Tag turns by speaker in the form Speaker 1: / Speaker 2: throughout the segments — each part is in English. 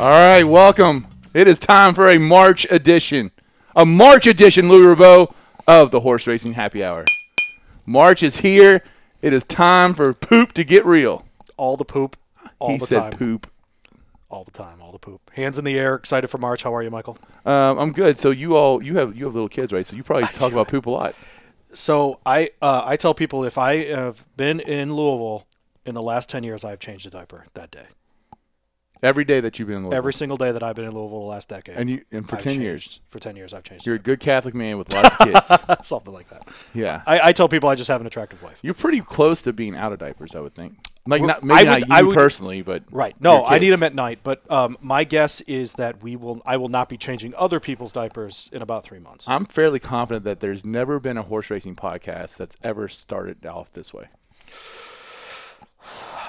Speaker 1: All right, welcome. It is time for a March edition, a March edition, Lou Ribot, of the Horse Racing Happy Hour. March is here. It is time for poop to get real.
Speaker 2: All the poop. All
Speaker 1: he
Speaker 2: the
Speaker 1: said
Speaker 2: time.
Speaker 1: poop.
Speaker 2: All the time. All the poop. Hands in the air. Excited for March. How are you, Michael?
Speaker 1: Um, I'm good. So you all you have you have little kids, right? So you probably talk about poop a lot.
Speaker 2: So I uh, I tell people if I have been in Louisville in the last ten years, I've changed a diaper that day.
Speaker 1: Every day that you've been in Louisville.
Speaker 2: Every single day that I've been in Louisville the last decade.
Speaker 1: and you and for
Speaker 2: I've
Speaker 1: ten
Speaker 2: changed-
Speaker 1: years.
Speaker 2: For ten years, I've changed.
Speaker 1: You're a good Catholic man with lots of kids.
Speaker 2: something like that.
Speaker 1: Yeah.
Speaker 2: I, I tell people I just have an attractive wife.
Speaker 1: You're pretty close to being out of diapers, I would think. Like
Speaker 2: Well,
Speaker 1: not maybe
Speaker 2: I would-
Speaker 1: not
Speaker 2: I
Speaker 1: you
Speaker 2: would-
Speaker 1: personally, but
Speaker 2: Right. No,
Speaker 1: your
Speaker 2: I need
Speaker 1: kids.
Speaker 2: them at night. But um, my guess is that we will. I will not be changing other people's diapers in about three months.
Speaker 1: I'm fairly confident that there's never been a horse racing podcast that's ever started off this way.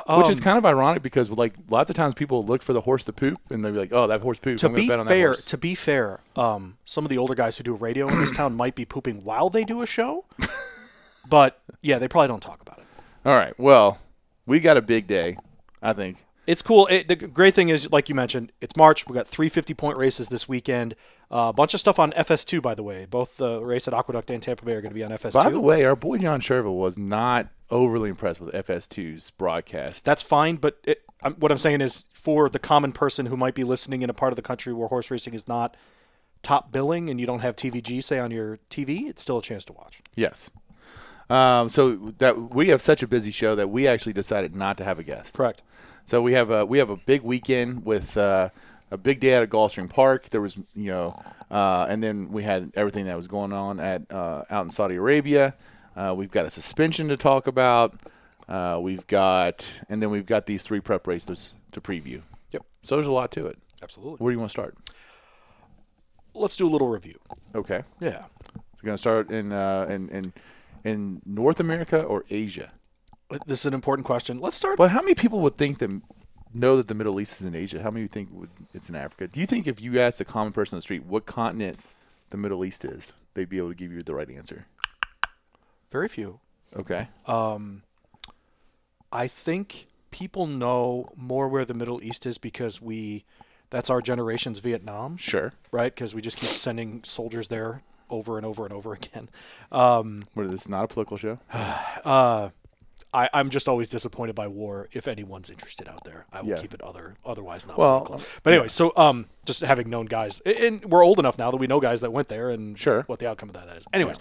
Speaker 1: Which is kind of ironic because like lots of times people look for the horse to poop and they'll be like, "Oh, that horse pooped."
Speaker 2: to
Speaker 1: I'm gonna
Speaker 2: be
Speaker 1: bet on that
Speaker 2: fair,
Speaker 1: horse.
Speaker 2: to be fair, um, some of the older guys who do radio in this town might be pooping while they do a show. but yeah, they probably don't talk about it.
Speaker 1: All right. Well, we got a big day, I think.
Speaker 2: It's cool. It, the great thing is, like you mentioned, it's March. We got three 50 point races this weekend. Uh, a bunch of stuff on FS2, by the way. Both the race at Aqueduct and Tampa Bay are going to be on FS2.
Speaker 1: By the way, our boy John Sherva was not overly impressed with FS2's broadcast.
Speaker 2: that's fine. But it, I'm, what I'm saying is, for the common person who might be listening in a part of the country where horse racing is not top billing and you don't have TVG say on your TV, it's still a chance to watch.
Speaker 1: yes. Um, so that we have such a busy show that we actually decided not to have a guest.
Speaker 2: Correct.
Speaker 1: So we have a we have a big weekend with uh, a big day out at Gulfstream Park. There was you know, uh, and then we had everything that was going on at uh, out in Saudi Arabia. Uh, we've got a suspension to talk about. Uh, we've got and then we've got these three prep races to preview.
Speaker 2: Yep.
Speaker 1: So there's a lot to it.
Speaker 2: Absolutely.
Speaker 1: Where do you want to start?
Speaker 2: Let's do a little review.
Speaker 1: Okay,
Speaker 2: Yeah.
Speaker 1: we're gonna start in uh, in in in North America or Asia.
Speaker 2: Uh, This is an important question. Let's start.
Speaker 1: But how many people would think that know that the Middle East is in Asia? How many think would, it's in Africa? Do you think if you asked a common person on the street what continent the Middle East is, they'd be able to give you the right answer?
Speaker 2: Very few.
Speaker 1: Okay.
Speaker 2: Uh, I think people know more where the Middle East is because we, that's our generation's Vietnam,
Speaker 1: sure.
Speaker 2: right? Because we just keep sending soldiers there over and over and over again. Um,
Speaker 1: What, this is not a political show.
Speaker 2: I, I'm just always disappointed by war. If anyone's interested out there, I will
Speaker 1: Yeah.
Speaker 2: keep it other otherwise not.
Speaker 1: Well,
Speaker 2: political. but anyway, so um, just having known guys, a- and we're old enough now that we know guys that went there and
Speaker 1: Sure.
Speaker 2: what the outcome of that is. Anyways,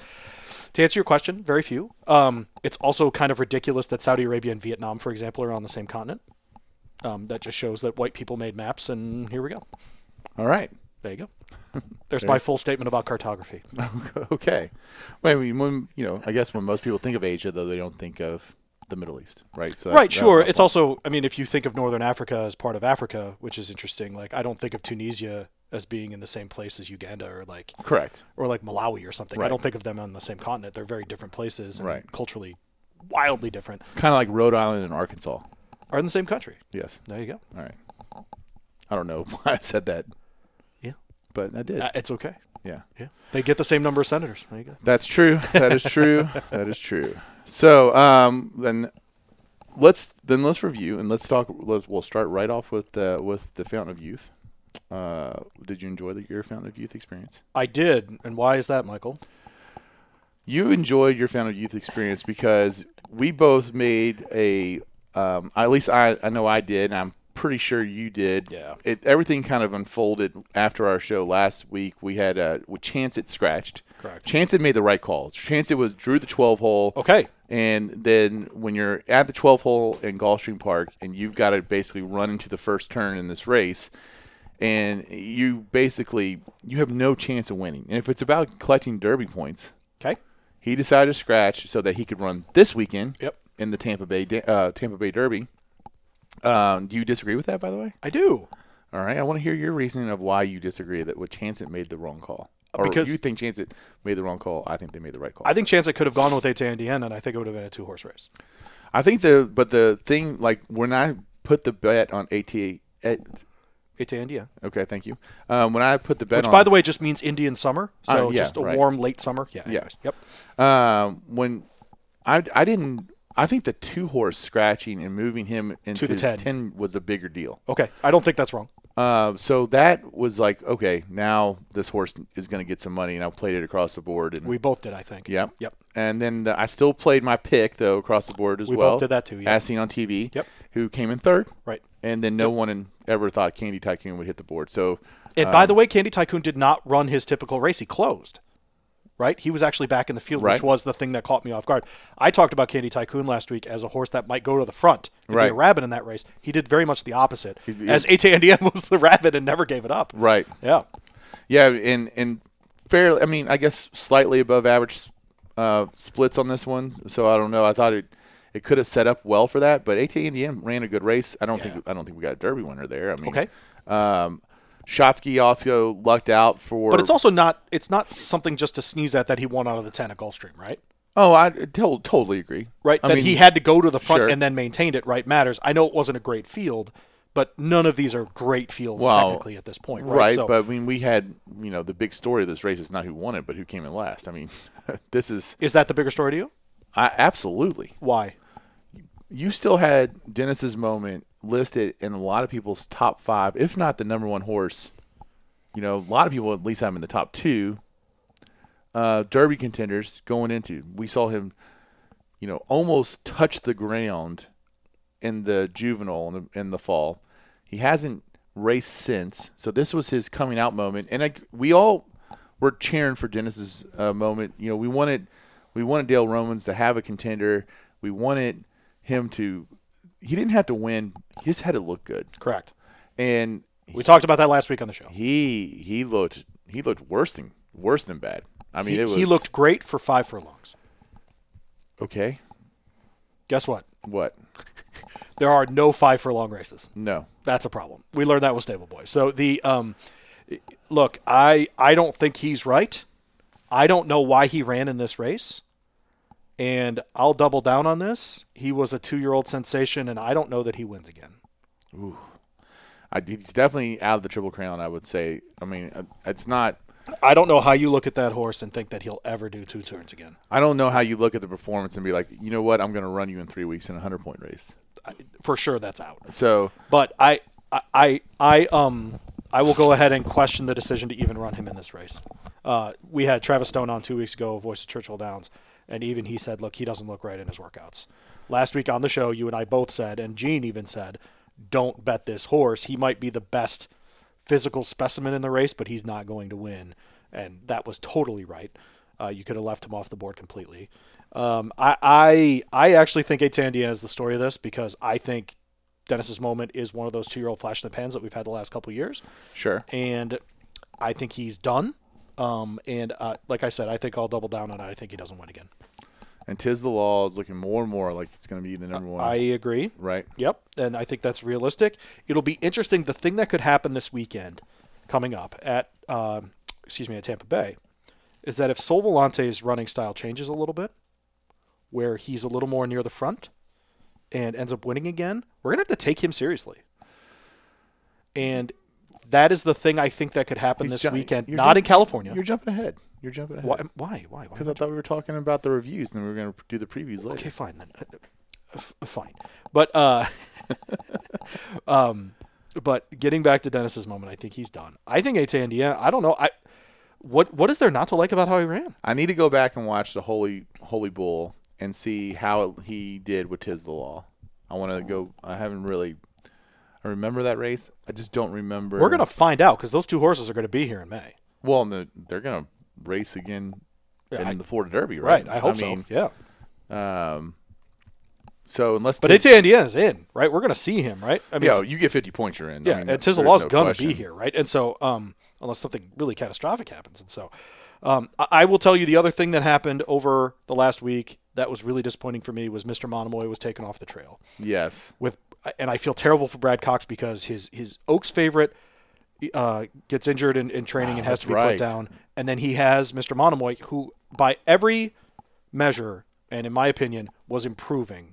Speaker 2: to answer your question, very few. Um, it's also kind of ridiculous that Saudi Arabia and Vietnam, for example, are on the same continent. Um, that just shows that white people made maps, and here we go.
Speaker 1: All right.
Speaker 2: There you go. There's my full statement about cartography.
Speaker 1: okay. Well, I mean, when you know, I guess when most people think of Asia, though, they don't think of the Middle East, right? So that-
Speaker 2: right
Speaker 1: that-
Speaker 2: sure it's also i mean if you think of northern africa as part of africa which is interesting like i don't think of tunisia as being in the same place as uganda or like
Speaker 1: correct.
Speaker 2: or like malawi or something i
Speaker 1: Right.
Speaker 2: don't think of them on the same continent they're very different places and
Speaker 1: Right.
Speaker 2: culturally wildly different
Speaker 1: Kind of like Rhode Island and Arkansas.
Speaker 2: are in the same country
Speaker 1: Yes.
Speaker 2: there you go
Speaker 1: All right. I don't know why I said that,
Speaker 2: yeah
Speaker 1: but I did.
Speaker 2: Uh, it's okay
Speaker 1: yeah.
Speaker 2: yeah they get the same number of senators there you go
Speaker 1: That's true. That is true. that is true. So um, then let's then let's review and let's talk. Let's, we'll start right off with uh, with the Fountain of Youth. Uh, did you enjoy the, your Fountain of Youth experience?
Speaker 2: i did and why is that michael
Speaker 1: You enjoyed your Fountain of Youth experience because we both made a. Um, at least I I know I did. and I'm pretty sure you did.
Speaker 2: Yeah.
Speaker 1: It everything kind of unfolded after our show last week. We had a we chance it scratched.
Speaker 2: Correct.
Speaker 1: Chance it made the right call. Chance it was drew the twelve hole.
Speaker 2: okay
Speaker 1: And then when you're at the 12 hole in Gulfstream Park and you've got to basically run into the first turn in this race, and you basically you have no chance of winning. And if it's about collecting derby points,
Speaker 2: okay
Speaker 1: he decided to scratch so that he could run this weekend
Speaker 2: Yep.
Speaker 1: in the Tampa Bay uh, Tampa Bay Derby. Um, do you disagree with that, by the way?
Speaker 2: i do
Speaker 1: All right, I want to hear your reasoning of why you disagree that what Chancet made the wrong call, or
Speaker 2: Because-
Speaker 1: you think Chancet made the wrong call. I think they made the right call.
Speaker 2: i think chance i could have gone with atndn and i think it would have been a two horse race
Speaker 1: I think the but the thing like when I put the bet on AT at
Speaker 2: Eta India,
Speaker 1: Okay, thank you. Um, when I put the bet
Speaker 2: which
Speaker 1: on,
Speaker 2: by the way just means Indian summer, so
Speaker 1: Uh, yeah,
Speaker 2: just a
Speaker 1: right.
Speaker 2: warm late summer. Yeah.
Speaker 1: Yeah.
Speaker 2: Anyways. Yep.
Speaker 1: um, when I I didn't I think the two horse scratching and moving him into
Speaker 2: the 10.
Speaker 1: was a bigger deal.
Speaker 2: Okay. I don't think that's wrong.
Speaker 1: Uh, so that was like okay, now this horse is going to get some money, and I played it across the board. And
Speaker 2: We both did, I think.
Speaker 1: Yep.
Speaker 2: Yep.
Speaker 1: And then the, I still played my pick though across the board as
Speaker 2: We both
Speaker 1: well.
Speaker 2: did that too, yeah.
Speaker 1: As seen on TV.
Speaker 2: Yep.
Speaker 1: Who came in third?
Speaker 2: Right.
Speaker 1: And then no one in, ever thought Candy Tycoon would hit the board. So
Speaker 2: And by
Speaker 1: Um,
Speaker 2: the way, Candy Tycoon did not run his typical race. He closed. Right? He was actually back in the field,
Speaker 1: Right.
Speaker 2: which was the thing that caught me off guard. I talked about Candy Tycoon last week as a horse that might go to the front and be
Speaker 1: Right.
Speaker 2: a rabbit in that race. He did very much the opposite,
Speaker 1: he-
Speaker 2: as ATNDM E was the rabbit and never gave it up.
Speaker 1: right,
Speaker 2: Yeah.
Speaker 1: yeah, and and fairly. I mean, I guess slightly above average uh, splits on this one. So I don't know. I thought it it could have set up well for that, but AT Indian ran a good race. I don't think I don't think we got a Derby winner there. I mean,
Speaker 2: Okay.
Speaker 1: Um, Shotsky also lucked out for.
Speaker 2: But it's also not it's not something just to sneeze at that he won out of the 10 at Gulfstream, right?
Speaker 1: oh, I to- totally agree.
Speaker 2: Right?
Speaker 1: I
Speaker 2: that
Speaker 1: mean,
Speaker 2: he had to go to the front
Speaker 1: sure.
Speaker 2: and then maintained it, right? Matters. I know it wasn't a great field, but none of these are great fields
Speaker 1: Well,
Speaker 2: technically at this point, right?
Speaker 1: Right,
Speaker 2: so,
Speaker 1: but I mean, we had you know the big story of this race is not who won it, but who came in last. I mean, this is
Speaker 2: is that the bigger story to you?
Speaker 1: I, absolutely.
Speaker 2: Why?
Speaker 1: You still had Dennis's moment listed in a lot of people's top five, if not the number one horse. You know, a lot of people at least have him in the top two. Uh, Derby contenders going into. We saw him, you know, almost touch the ground in the juvenile in the, in the fall. He hasn't raced since, so this was his coming out moment, and I, we all were cheering for Dennis's uh, moment. You know, we wanted we wanted Dale Romans to have a contender. We wanted him to. He didn't have to win. He just had to look good,
Speaker 2: Correct.
Speaker 1: and
Speaker 2: We talked about that last week on the show.
Speaker 1: he he looked he looked worse than worse than bad. I mean,
Speaker 2: He,
Speaker 1: it was
Speaker 2: he looked great for five furlongs.
Speaker 1: okay.
Speaker 2: Guess what?
Speaker 1: What?
Speaker 2: There are no five furlong races.
Speaker 1: No,
Speaker 2: That's a problem. We learned that with Stable Boy. So the um, look, I I don't think he's right. I don't know why he ran in this race, and I'll double down on this. He was a two-year-old sensation, and I don't know that he wins again.
Speaker 1: I, he's definitely out of the triple crown. I would say. I mean, uh, it's not.
Speaker 2: I don't know how you look at that horse and think that he'll ever do two turns again.
Speaker 1: I don't know how you look at the performance and be like, you know what, I'm going to run you in three weeks in a hundred point race.
Speaker 2: I- For sure, that's out.
Speaker 1: So
Speaker 2: But I, I, I, I, um, I will go ahead and question the decision to even run him in this race. Uh, we had Travis Stone on two weeks ago, voice of Churchill Downs, and even he said, "Look, he doesn't look right in his workouts." Last week on the show, you and I both said, and Gene even said, "Don't bet this horse. He might be the best physical specimen in the race, but he's not going to win." And that was totally right. Uh, you could have left him off the board completely. Um, I, I, I actually think Etandian is the story of this because I think Dennis's moment is one of those two-year-old flash in the pans that we've had the last couple of years,
Speaker 1: sure,
Speaker 2: and I think he's done. Um, and uh, like I said, I think I'll double down on it. I think he doesn't win again.
Speaker 1: and tis the law is looking more and more like it's going to be the number one,
Speaker 2: I agree.
Speaker 1: right?
Speaker 2: Yep, and I think that's realistic. It'll be interesting. The thing that could happen this weekend, coming up at um, excuse me at Tampa Bay, is that if Sol Volante's running style changes a little bit, where he's a little more near the front, and ends up winning again, we're gonna have to take him seriously. And that is the thing I think that could happen
Speaker 1: He's
Speaker 2: this
Speaker 1: ju-
Speaker 2: weekend.
Speaker 1: you're
Speaker 2: Not
Speaker 1: ju-
Speaker 2: in California.
Speaker 1: You're jumping ahead. You're jumping
Speaker 2: Why?
Speaker 1: ahead.
Speaker 2: Why? Why? why
Speaker 1: Because I thought we were talking about the reviews, and we were going to do the previews later.
Speaker 2: okay, fine then. Uh, f- Fine, but uh, um, but getting back to Dennis's moment, I think he's done. I think it's Indiana. I don't know. I what what is there not to like about how he ran?
Speaker 1: I need to go back and watch the Holy Holy Bull and see how he did with Tis the Law. I want to go. I haven't really. I remember that race. I just don't remember.
Speaker 2: We're gonna find out because those two horses are gonna be here in May.
Speaker 1: Well, and the, they're gonna race again in the Florida Derby, right?
Speaker 2: Right. I hope
Speaker 1: mean,
Speaker 2: so. Yeah.
Speaker 1: Um, so unless
Speaker 2: But it's Indiana's in, right? We're gonna see him, right? I mean,
Speaker 1: yo,
Speaker 2: it's-
Speaker 1: you get fifty points, you're in.
Speaker 2: yeah,
Speaker 1: I mean,
Speaker 2: and
Speaker 1: there's
Speaker 2: Tizzlelaw's
Speaker 1: no
Speaker 2: gonna be
Speaker 1: question.
Speaker 2: here, right? And so, um, unless something really catastrophic happens, and so, um, I, I will tell you the other thing that happened over the last week that was really disappointing for me was Mr. Monomoy was taken off the trail.
Speaker 1: Yes,
Speaker 2: with and I feel terrible for Brad Cox because his his Oaks favorite uh, gets injured in, in training and has to be
Speaker 1: Ah, that's
Speaker 2: put
Speaker 1: right.
Speaker 2: down, and then he has Mr. Monomoy, who by every measure and in my opinion was improving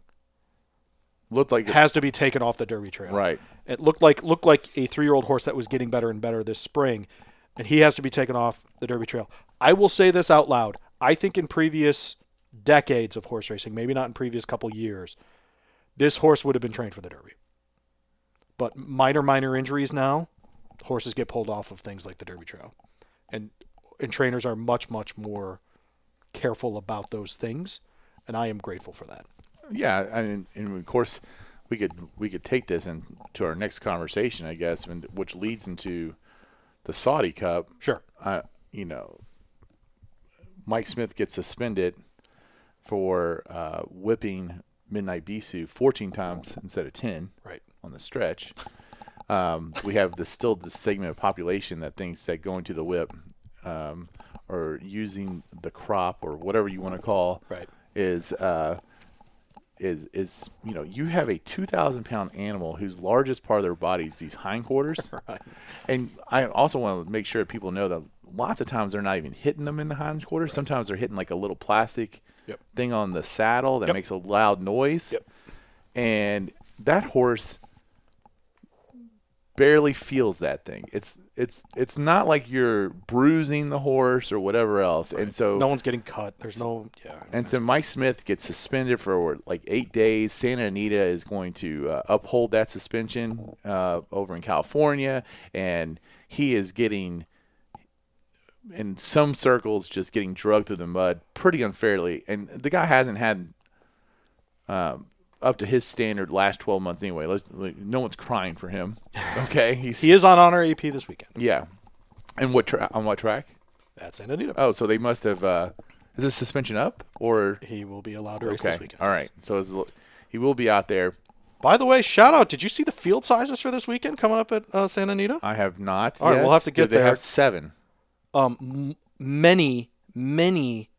Speaker 1: Looked like it-
Speaker 2: has to be taken off the Derby trail.
Speaker 1: Right.
Speaker 2: It looked like looked like a three year old horse that was getting better and better this spring, and he has to be taken off the Derby trail. I will say this out loud. I think in previous decades of horse racing, maybe not in previous couple years, this horse would have been trained for the Derby. But minor minor injuries now, horses get pulled off of things like the Derby trail, and and trainers are much much more careful about those things, and I am grateful for that.
Speaker 1: Yeah, I mean, and of course, we could we could take this into our next conversation, I guess, and which leads into the Saudi Cup.
Speaker 2: Sure.
Speaker 1: Uh, you know, Mike Smith gets suspended for uh, whipping Midnight Bisu 14 times instead of 10
Speaker 2: Right.
Speaker 1: on the stretch. Um, we have the still the segment of population that thinks that going to the whip um, or using the crop or whatever you want to call
Speaker 2: Right.
Speaker 1: is uh, is is you know you have a two thousand pound animal whose largest part of their body is these hindquarters, and I also want to make sure people know that lots of times they're not even hitting them in the hindquarters. Sometimes they're hitting like a little plastic
Speaker 2: Yep.
Speaker 1: thing on the saddle that
Speaker 2: Yep.
Speaker 1: makes a loud noise,
Speaker 2: Yep.
Speaker 1: and that horse barely feels that thing. It's it's it's not like you're bruising the horse or whatever else, and so
Speaker 2: No one's getting cut. There's no yeah.
Speaker 1: and so Mike Smith gets suspended for like eight days. Santa Anita is going to uh, uphold that suspension uh, over in California, and he is getting, in some circles, just getting drugged through the mud pretty unfairly. And the guy hasn't had um, up to his standard last twelve months anyway. Let's, no one's crying for him. Okay, he's
Speaker 2: He is on honor AP this weekend.
Speaker 1: yeah. And what tra- on what track?
Speaker 2: That's Santa Anita.
Speaker 1: Oh, so they must have. Uh, is this suspension up or?
Speaker 2: He will be allowed to race
Speaker 1: Okay.
Speaker 2: this weekend.
Speaker 1: All right. So it's, a little- he will be out there.
Speaker 2: By the way, shout out. Did you see the field sizes for this weekend coming up at uh, Santa Anita?
Speaker 1: I have not.
Speaker 2: All right,
Speaker 1: yet.
Speaker 2: we'll have to
Speaker 1: Do
Speaker 2: get
Speaker 1: they
Speaker 2: there.
Speaker 1: Have seven.
Speaker 2: Um, m- many, many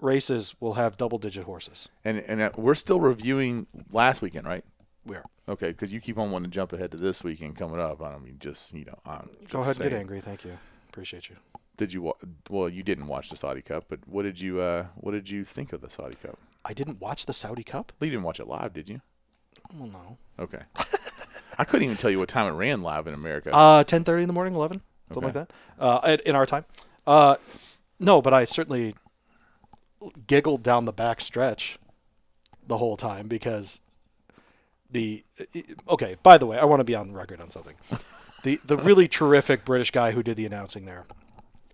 Speaker 2: races will have double digit horses.
Speaker 1: And and uh, we're still reviewing last weekend, right?
Speaker 2: We are.
Speaker 1: Okay, because you keep on wanting to jump ahead to this weekend coming up. I mean, just you know, I'm just
Speaker 2: Go ahead and get
Speaker 1: saying.
Speaker 2: angry. Thank you. Appreciate you.
Speaker 1: Did you? Wa- well, you didn't watch the Saudi Cup, but what did you? Uh, what did you think of the Saudi Cup?
Speaker 2: I didn't watch the Saudi Cup.
Speaker 1: Well, you didn't watch it live, did you?
Speaker 2: Well, no.
Speaker 1: Okay. I couldn't even tell you what time it ran live in America.
Speaker 2: Uh, ten thirty in the morning, eleven, something
Speaker 1: Okay.
Speaker 2: like that. Uh, at, in our time. Uh, no, but I certainly giggled down the back stretch the whole time because the okay. By the way, I want to be on record on something. the the really terrific British guy who did the announcing there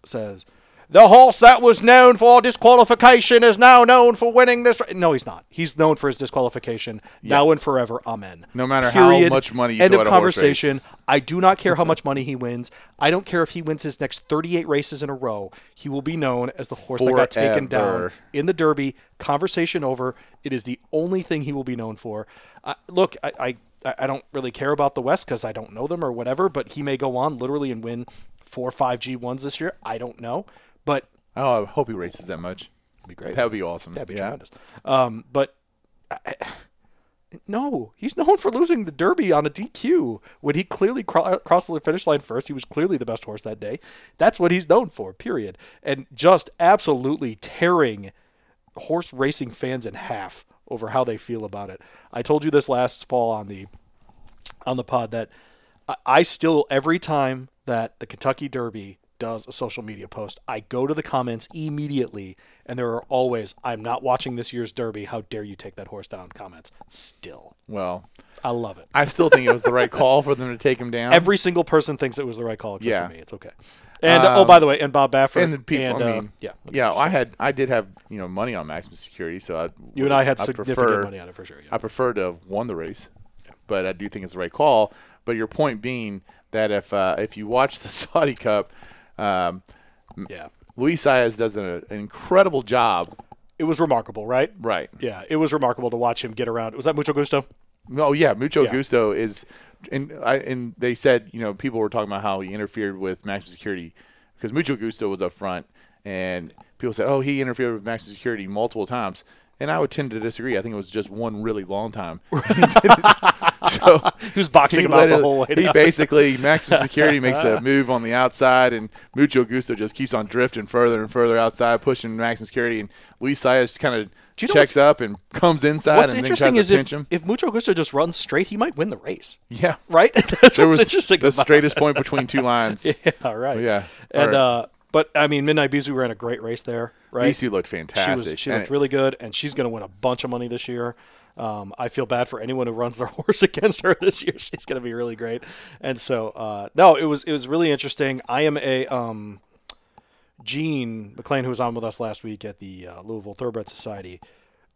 Speaker 2: says. The horse that was known for disqualification is now known for winning this. ra-" No, he's not. He's known for his disqualification now and forever. Amen.
Speaker 1: No matter how much money you
Speaker 2: End
Speaker 1: throw
Speaker 2: of
Speaker 1: at a horse race.
Speaker 2: conversation. I do not care how much money he wins. I don't care if he wins his next 38 races in a row. He will be known as the horse that got taken down
Speaker 1: Forever.
Speaker 2: in the Derby. Conversation over. It is the only thing he will be known for. Uh, look, I, I I I don't really care about the West because I don't know them or whatever. But he may go on literally and win four or five G ones this year. I don't know, but
Speaker 1: oh, I hope he races that much. That'd be
Speaker 2: great.
Speaker 1: That would be awesome. That'd
Speaker 2: be tremendous. Um, but I, I- no, he's known for losing the Derby on a DQ when he clearly cro- crossed the finish line first. He was clearly the best horse that day. That's what he's known for. Period. And just absolutely tearing horse racing fans in half over how they feel about it. I told you this last fall on the on the pod that I, I still every time that the Kentucky Derby does a social media post, I go to the comments immediately, and there are always "I'm not watching this year's Derby. How dare you take that horse down?" comments. Still,
Speaker 1: Well,
Speaker 2: I love it.
Speaker 1: I still think it was the right call for them to take him down.
Speaker 2: Every single person thinks it was the right call except
Speaker 1: Yeah. Um,
Speaker 2: for me. It's okay. And oh, by the way, and Bob Baffert
Speaker 1: and the people.
Speaker 2: and,
Speaker 1: I
Speaker 2: uh,
Speaker 1: mean,
Speaker 2: yeah,
Speaker 1: yeah. I had, I did have, you know, money on maximum security, so I.
Speaker 2: You and I had
Speaker 1: I
Speaker 2: significant
Speaker 1: prefer-
Speaker 2: money on it for sure. Yeah.
Speaker 1: I prefer to have won the race, but I do think it's the right call. But your point being that if uh, if you watch the Saudi Cup, um,
Speaker 2: yeah,
Speaker 1: Luis Saez does an, an incredible job.
Speaker 2: it was remarkable, right?
Speaker 1: Right.
Speaker 2: Yeah, it was remarkable to watch him get around. Was that Mucho Gusto?
Speaker 1: Oh yeah, Mucho Gusto is, and I and they said you know people were talking about how he interfered with maximum security because Mucho Gusto was up front, and people said oh he interfered with maximum security multiple times, and I would tend to disagree. I think it was just one really long time. so
Speaker 2: He was boxing him out the
Speaker 1: literally-
Speaker 2: whole way
Speaker 1: He
Speaker 2: down.
Speaker 1: basically maximum security makes a move on the outside, and Mucho Gusto just keeps on drifting further and further outside, pushing maximum security, and Luis Saez kind of
Speaker 2: Do you know
Speaker 1: checks up and comes inside
Speaker 2: What's
Speaker 1: and then
Speaker 2: interesting
Speaker 1: tries
Speaker 2: is
Speaker 1: to pinch
Speaker 2: if,
Speaker 1: him.
Speaker 2: if Mucho Gusto just runs straight, he might win the race.
Speaker 1: yeah,
Speaker 2: Right? That's
Speaker 1: there
Speaker 2: what's
Speaker 1: was
Speaker 2: interesting.
Speaker 1: the
Speaker 2: about it.
Speaker 1: straightest point between two lines.
Speaker 2: Yeah, right.
Speaker 1: Yeah,
Speaker 2: And
Speaker 1: alright.
Speaker 2: uh but I mean Midnight Bizu ran a great race there, right?
Speaker 1: BC looked
Speaker 2: she
Speaker 1: fantastic.
Speaker 2: was she
Speaker 1: And
Speaker 2: looked really good and she's gonna win a bunch of money this year. Um, I feel bad for anyone who runs their horse against her this year. She's gonna be really great. And so uh no, it was it was really interesting. I am a um Gene McLean, who was on with us last week at the uh, Louisville Thoroughbred Society,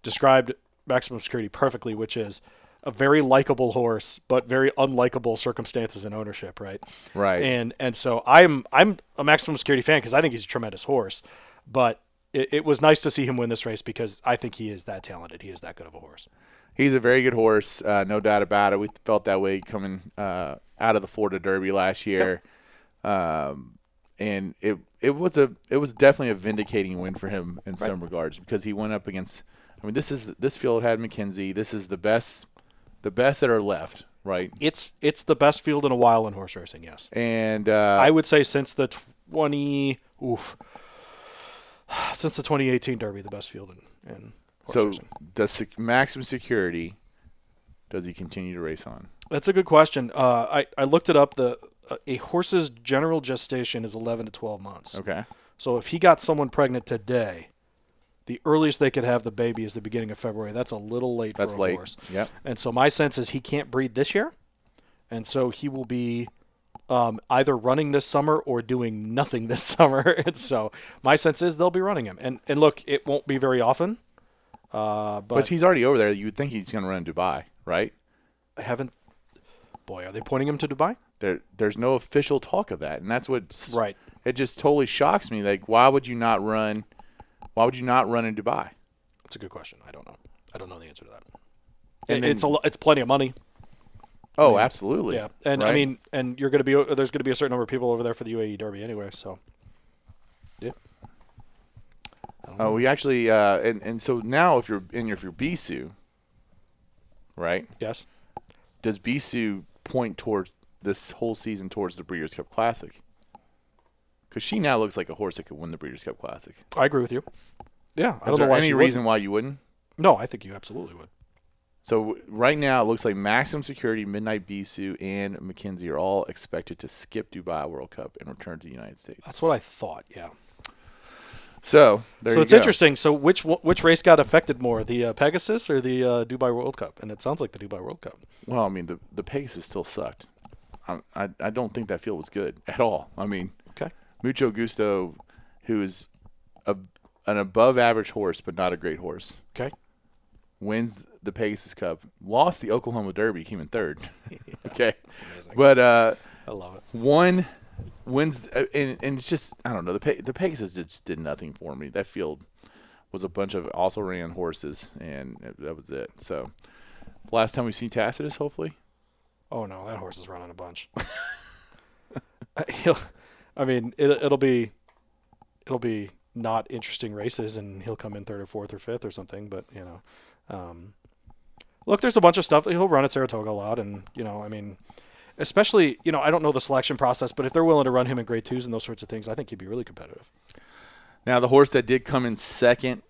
Speaker 2: described maximum security perfectly, which is a very likable horse, but very unlikable circumstances in ownership, right?
Speaker 1: Right.
Speaker 2: And and so I'm I'm a maximum security fan because I think he's a tremendous horse, but it, it was nice to see him win this race because I think he is that talented. He is that good of a horse.
Speaker 1: He's a very good horse, uh, no doubt about it. We felt that way coming uh, out of the Florida Derby last year, um, and it it was a it was definitely a vindicating win for him in some regards because he went up against. I mean, this is this field had McKenzie. This is the best, the best that are left, right?
Speaker 2: It's it's the best field in a while in horse racing. Yes,
Speaker 1: And uh,
Speaker 2: I would say since the twenty oof since the 2018 Derby, the best field in, in horse
Speaker 1: so
Speaker 2: racing.
Speaker 1: does sec- maximum security. Does he continue to race on?
Speaker 2: That's a good question. Uh, I I looked it up. The uh, a horse's general gestation is 11 to 12 months.
Speaker 1: Okay,
Speaker 2: So if he got someone pregnant today, the earliest they could have the baby is the beginning of February. That's a little late
Speaker 1: that's
Speaker 2: for a
Speaker 1: late.
Speaker 2: horse.
Speaker 1: Yep.
Speaker 2: And so my sense is he can't breed this year, and so he will be um, either running this summer or doing nothing this summer. and so my sense is they'll be running him. And and look, it won't be very often. Uh, but,
Speaker 1: But he's already over there. You would think he's going to run Dubai, right?
Speaker 2: I haven't. Boy, are they pointing him to Dubai?
Speaker 1: There, there's no official talk of that, and that's what s-
Speaker 2: Right.
Speaker 1: It just totally shocks me. Like, why would you not run? Why would you not run in Dubai?
Speaker 2: That's a good question. I don't know. I don't know the answer to that.
Speaker 1: And
Speaker 2: It-
Speaker 1: then-
Speaker 2: it's a lo- it's plenty of money.
Speaker 1: Oh, absolutely.
Speaker 2: Yeah, and I
Speaker 1: right?
Speaker 2: mean, and you're going to be there's going to be a certain number of people over there for the UAE Derby anyway. So, yeah,
Speaker 1: oh, we actually, uh, and and so now if you're in your if you're Bisu, right?
Speaker 2: yes,
Speaker 1: Does Bisu point towards this whole season towards the Breeders' Cup Classic? Because she now looks like a horse that could win the Breeders' Cup Classic. Is
Speaker 2: I agree with you. Yeah, I don't
Speaker 1: there
Speaker 2: know why
Speaker 1: any
Speaker 2: she
Speaker 1: reason why you wouldn't?
Speaker 2: wouldn't. No, I think you absolutely would.
Speaker 1: So w- right now, it looks like Maximum Security, Midnight Bisu, and McKenzie are all expected to skip Dubai World Cup and return to the United States.
Speaker 2: That's what I thought. Yeah.
Speaker 1: So there
Speaker 2: so
Speaker 1: you
Speaker 2: it's
Speaker 1: go.
Speaker 2: interesting. So which one- which race got affected more, the uh, Pegasus or the uh, Dubai World Cup? And it sounds like the Dubai World Cup.
Speaker 1: Well, I mean, the the Pegasus still sucked. I, I I don't think that field was good at all. I mean,
Speaker 2: Okay.
Speaker 1: Mucho Gusto, who is a, an above average horse but not a great horse,
Speaker 2: Okay.
Speaker 1: wins the Pegasus Cup, lost the Oklahoma Derby, came in third. okay, but uh,
Speaker 2: I love it.
Speaker 1: one wins, uh, and, and it's just I don't know the Pe- the Pegasus did- just did nothing for me. That field was a bunch of also ran horses, and that was it. So last time we see Tacitus, hopefully.
Speaker 2: Oh no, that horse is running a bunch. Uh, he'll, I mean, it, it'll be, it'll be not interesting races, and he'll come in third or fourth or fifth or something. But you know, um, look, there's a bunch of stuff that he'll run at Saratoga a lot, and you know, I mean, especially you know, I don't know the selection process, but if they're willing to run him in grade twos and those sorts of things, I think he'd be really competitive.
Speaker 1: Now, the horse that did come in second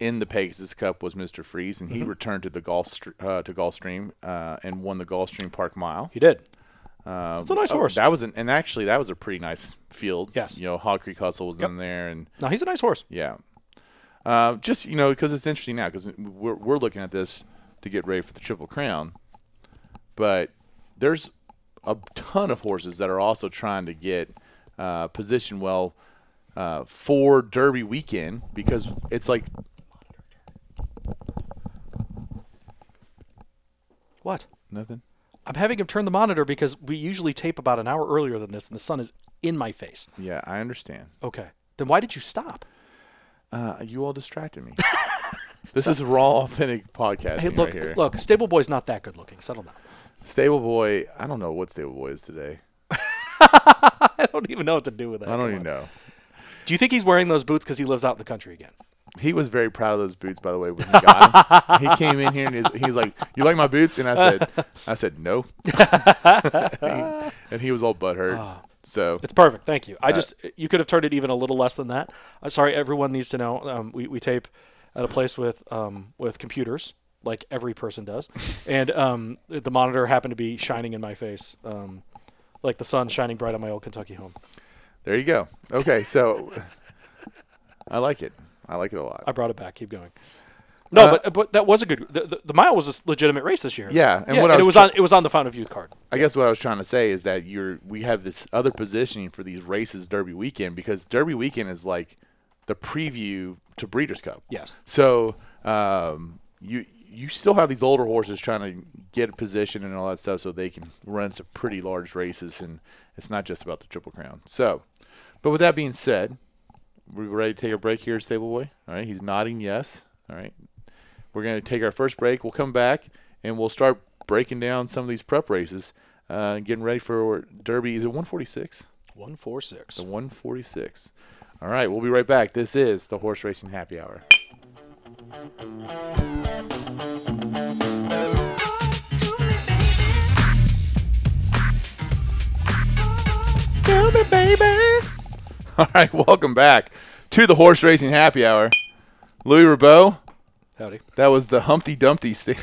Speaker 1: in the Pegasus Cup was Mr. Freeze, and he
Speaker 2: Mm-hmm.
Speaker 1: returned to the Gulf Str- uh, to Gulfstream uh, and won the Gulfstream Park Mile.
Speaker 2: He did.
Speaker 1: Um,
Speaker 2: That's a nice horse.
Speaker 1: That was an, and actually that was a pretty nice field.
Speaker 2: Yes.
Speaker 1: you know, Hog Creek Hustle was in there, and
Speaker 2: No, he's a nice horse.
Speaker 1: yeah, uh, just you know because it's interesting now because we're we're looking at this to get ready for the Triple Crown, but there's a ton of horses that are also trying to get uh, positioned well uh, for Derby weekend because it's like
Speaker 2: What?
Speaker 1: nothing.
Speaker 2: I'm having him turn the monitor because we usually tape about an hour earlier than this, and the sun is in my face.
Speaker 1: Yeah, I understand.
Speaker 2: Okay. Then why did you stop?
Speaker 1: Uh, you all distracted me. this is raw, authentic podcasting
Speaker 2: Hey, look,
Speaker 1: right here.
Speaker 2: look, Stable Boy's not that good looking. Settle down.
Speaker 1: Stable Boy, I don't know what Stable Boy is today.
Speaker 2: I don't even know what to do with that.
Speaker 1: I don't
Speaker 2: Come
Speaker 1: even
Speaker 2: on.
Speaker 1: know.
Speaker 2: Do you think he's wearing those boots because he lives out in the country again?
Speaker 1: He was very proud of those boots, by the way, when he got them. he came in here and he's, he's like, "You like my boots?" And I said, "I said no," and he was all butthurt. so
Speaker 2: It's perfect. Thank
Speaker 1: Uh,
Speaker 2: you. I just you could have turned it even a little less than that. Uh, sorry, everyone needs to know. Um, we, we tape at a place with um, with computers, like every person does, and um, the monitor happened to be shining in my face, um, like the sun shining bright on my old Kentucky home.
Speaker 1: there you go. Okay, so I like it. I like it a lot.
Speaker 2: I brought it back. Keep going. No,
Speaker 1: Uh,
Speaker 2: but but that was a good. The, the, the mile was a s- legitimate race this year.
Speaker 1: Yeah, and
Speaker 2: and,
Speaker 1: what I
Speaker 2: it
Speaker 1: was
Speaker 2: was
Speaker 1: try-
Speaker 2: on it was on the Fountain of Youth card.
Speaker 1: I guess what I was trying to say is that you're we have this other positioning for these races Derby weekend because Derby weekend is like the preview to Breeders' Cup.
Speaker 2: Yes.
Speaker 1: So um, you you still have these older horses trying to get a position and all that stuff so they can run some pretty large races and it's not just about the Triple Crown. So, but with that being said, we ready to take a break here, Stable Boy. All right, he's nodding yes. All right, we're going to take our first break. We'll come back and we'll start breaking down some of these prep races, uh, getting ready for Derby. Is it 146?
Speaker 2: One four six.
Speaker 1: 146. All right, we'll be right back. This is the Horse Racing Happy Hour.
Speaker 2: Tell me, baby.
Speaker 1: All right, welcome back to the Horse Racing Happy Hour. Louis Ribot,
Speaker 2: Howdy.
Speaker 1: that was the Humpty Dumpty st-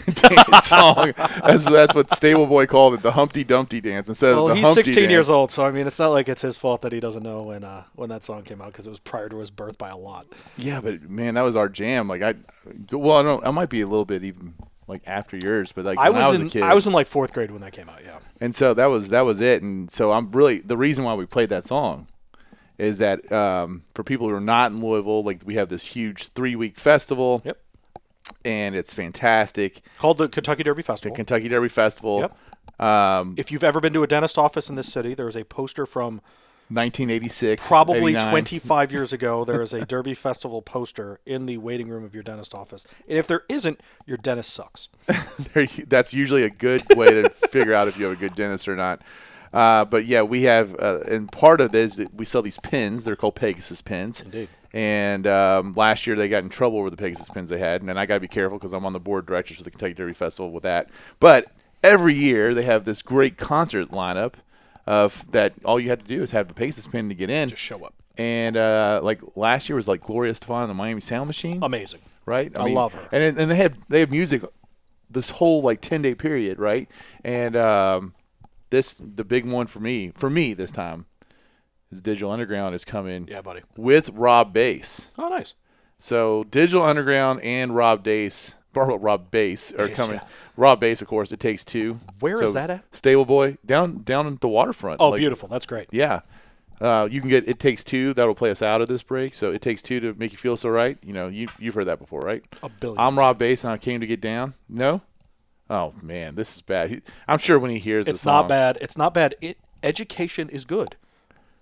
Speaker 1: song. That's, that's what Stable Boy called it, the Humpty Dumpty dance instead
Speaker 2: Well,
Speaker 1: of the
Speaker 2: Oh, he's
Speaker 1: Humpty
Speaker 2: 16
Speaker 1: dance.
Speaker 2: years old, so I mean, it's not like it's his fault that he doesn't know when uh, when that song came out because it was prior to his birth by a lot.
Speaker 1: Yeah, but man, that was our jam. Like I, well, I don't. I might be a little bit even like after yours, but like
Speaker 2: I
Speaker 1: when
Speaker 2: was,
Speaker 1: I was
Speaker 2: in
Speaker 1: a kid,
Speaker 2: I was in like fourth grade when that came out. Yeah,
Speaker 1: and so that was that was it. And so I'm really the reason why we played that song is that um, for people who are not in Louisville, like we have this huge three week festival.
Speaker 2: Yep.
Speaker 1: and it's fantastic.
Speaker 2: called the Kentucky Derby Festival.
Speaker 1: Kentucky Derby Festival. Yep. Um,
Speaker 2: if you've ever been to a dentist office in this city, there is a poster from
Speaker 1: 1986,
Speaker 2: probably
Speaker 1: 89.
Speaker 2: 25 years ago. There is a Derby Festival poster in the waiting room of your dentist office, and if there isn't, your dentist sucks.
Speaker 1: There you- That's usually a good way to figure out if you have a good dentist or not. Uh, but yeah, we have, uh, and part of this, we sell these pins. They're called Pegasus pins.
Speaker 2: Indeed.
Speaker 1: And um, last year they got in trouble over the Pegasus pins they had, and I got to be careful because I'm on the board of directors for the Kentucky Derby Festival with that. But every year they have this great concert lineup of that. All you had to do is have the Pegasus pin to get in.
Speaker 2: Just show up.
Speaker 1: And uh, like last year was like Gloria Estefan and the Miami Sound Machine
Speaker 2: Amazing.
Speaker 1: right?
Speaker 2: I love her.
Speaker 1: And and they have they have music this whole like ten day period, right? And um, this the big one for me for me this time is Digital Underground is coming.
Speaker 2: Yeah, buddy.
Speaker 1: With Rob Bass,
Speaker 2: Oh, nice.
Speaker 1: so Digital Underground and Rob Bass, or Rob Bass are
Speaker 2: Bass,
Speaker 1: coming.
Speaker 2: yeah.
Speaker 1: Rob Bass, of course, it takes two.
Speaker 2: Where
Speaker 1: Where is
Speaker 2: is that at?
Speaker 1: Stable Boy down down at the waterfront.
Speaker 2: Oh,
Speaker 1: like-
Speaker 2: beautiful. That's great.
Speaker 1: yeah. Uh, you can get it takes two that'll play us out of this break. So it takes two to make you feel so right. You know you you've heard that before, right?
Speaker 2: A billion
Speaker 1: I'm Rob Bass and I came to get down. No, oh man, this is bad. He- I'm sure when he hears the
Speaker 2: It's
Speaker 1: song,
Speaker 2: not bad. It's not bad. It, education is good.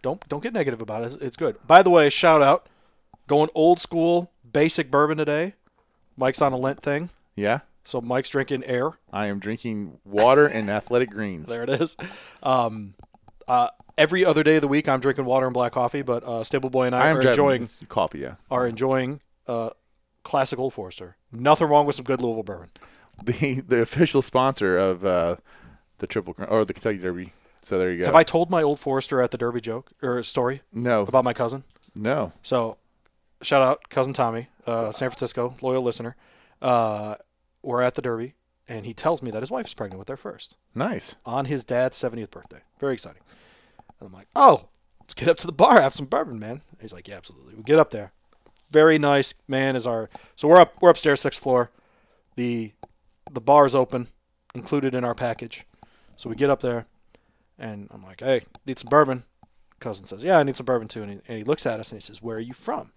Speaker 2: Don't don't get negative about it. It's good. By the way, shout out going old school basic bourbon today. Mike's on a lint thing,
Speaker 1: Yeah,
Speaker 2: so Mike's drinking air.
Speaker 1: I am drinking water and athletic greens.
Speaker 2: There it is. Um, uh, every other day of the week, I'm drinking water and black coffee. But uh, Stable Boy and I,
Speaker 1: I am
Speaker 2: are
Speaker 1: driving
Speaker 2: enjoying
Speaker 1: this coffee. Yeah,
Speaker 2: are enjoying uh, classic Old Forester. Nothing wrong with some good Louisville bourbon.
Speaker 1: the the official sponsor of uh, the triple Crown- or the Kentucky Derby. So there you go.
Speaker 2: Have I told my Old Forester at the Derby joke or story
Speaker 1: no,
Speaker 2: about my cousin?
Speaker 1: no.
Speaker 2: So, shout out cousin Tommy, uh, San Francisco loyal listener. Uh, we're at the Derby, and he tells me that his wife is pregnant with their first
Speaker 1: Nice.
Speaker 2: on his dad's 70th birthday. Very exciting. And I'm like, oh, let's get up to the bar, have some bourbon, man. He's like, yeah, absolutely. We get up there. Very nice man is our. So we're up. We're upstairs, sixth floor. The the bar is open, included in our package. So we get up there, and I'm like, hey, need some bourbon. Cousin says, yeah, I need some bourbon too. And he, and he looks at us and he says, where are you from?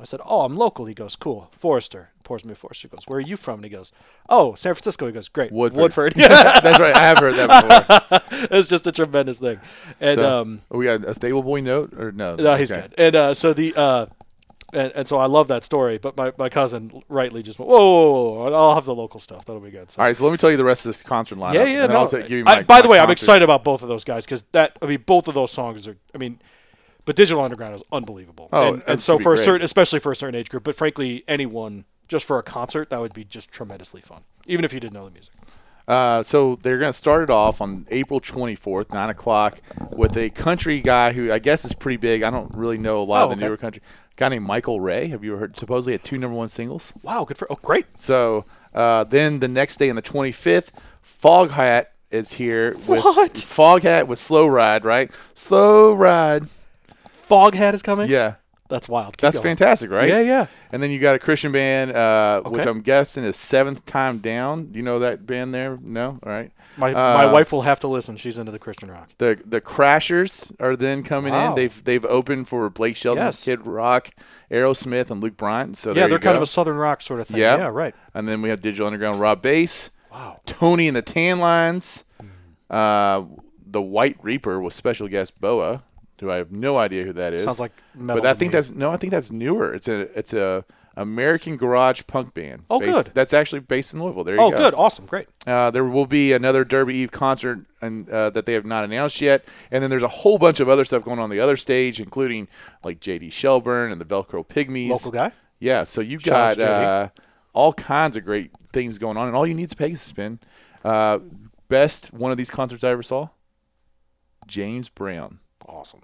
Speaker 2: I said, oh, I'm local. He goes, cool. Forrester. Pours me a Forrester. He goes, where are you from? And he goes, oh, San Francisco. He goes, great.
Speaker 1: Woodford.
Speaker 2: Woodford.
Speaker 1: That's right. I have heard that before.
Speaker 2: it's just a tremendous thing. And
Speaker 1: So,
Speaker 2: um,
Speaker 1: we got a stable boy note or no?
Speaker 2: no, he's
Speaker 1: Okay.
Speaker 2: good. And uh, so the uh, and, and so I love that story. But my, my cousin rightly just went, whoa, whoa, whoa, whoa, and I'll have the local stuff. That'll be good. So.
Speaker 1: All right, so let me tell you the rest of this concert lineup.
Speaker 2: yeah, yeah.
Speaker 1: and then
Speaker 2: No.
Speaker 1: I'll ta- give you
Speaker 2: I-
Speaker 1: my-
Speaker 2: by
Speaker 1: my
Speaker 2: the way, I'm
Speaker 1: concert.
Speaker 2: excited about both of those guys because that I mean, both of those songs are. I mean, But Digital Underground is unbelievable.
Speaker 1: Oh,
Speaker 2: and,
Speaker 1: that
Speaker 2: and so
Speaker 1: should be
Speaker 2: for a
Speaker 1: great.
Speaker 2: certain, especially for a certain age group, but frankly, anyone just for a concert, that would be just tremendously fun, even if you didn't know the music.
Speaker 1: Uh, so they're going to start it off on April 24th, 9 o'clock, with a country guy who I guess is pretty big. I don't really know a lot
Speaker 2: Oh,
Speaker 1: of the
Speaker 2: okay.
Speaker 1: newer country. guy named Michael Ray. Have you ever heard? Supposedly had two number one singles.
Speaker 2: Wow, good for oh great.
Speaker 1: So uh, then the next day on the 25th, Fog Hat is here. With
Speaker 2: What?
Speaker 1: Fog Hat with Slow Ride, right? Slow Ride.
Speaker 2: Foghat is coming.
Speaker 1: Yeah.
Speaker 2: that's wild. Keep
Speaker 1: That's
Speaker 2: going.
Speaker 1: fantastic, right?
Speaker 2: Yeah, yeah.
Speaker 1: And then you got a Christian band, uh, which
Speaker 2: Okay.
Speaker 1: I'm guessing is Seventh Time Down. Do you know that band there? No? All right.
Speaker 2: My
Speaker 1: Uh,
Speaker 2: my wife will have to listen. She's into the Christian rock.
Speaker 1: The the Crashers are then coming
Speaker 2: Wow.
Speaker 1: in. They've they've opened for Blake Shelton,
Speaker 2: Oh. Yes.
Speaker 1: Kid Rock, Aerosmith, and Luke Bryant. So
Speaker 2: Yeah,
Speaker 1: there
Speaker 2: they're
Speaker 1: you
Speaker 2: kind
Speaker 1: go.
Speaker 2: of a southern rock sort of thing.
Speaker 1: Yeah.
Speaker 2: Yeah, right.
Speaker 1: And then we have Digital Underground, Rob Bass,
Speaker 2: Wow. Mm.
Speaker 1: Tony and the Tan Lines, uh, the White Reaper with special guest Boa, who I have no idea who that is.
Speaker 2: Sounds like metal
Speaker 1: But I
Speaker 2: to
Speaker 1: think
Speaker 2: me.
Speaker 1: that's no, I think that's newer. It's a it's a American garage punk band.
Speaker 2: Oh,
Speaker 1: based-
Speaker 2: good.
Speaker 1: That's actually based in Louisville. There you
Speaker 2: Oh,
Speaker 1: go.
Speaker 2: good, awesome, great.
Speaker 1: Uh, there will be another Derby Eve concert and uh, that they have not announced yet, and then there's a whole bunch of other stuff going on, on the other stage, including like J.D. Shelburne and the Velcro Pygmies.
Speaker 2: Local guy?
Speaker 1: Yeah, so you've
Speaker 2: Shout out
Speaker 1: got
Speaker 2: to JD.
Speaker 1: uh, all kinds of great things going on, and all you need is a Pegasus pin. Uh, best one of these concerts I ever saw, James Brown.
Speaker 2: Awesome.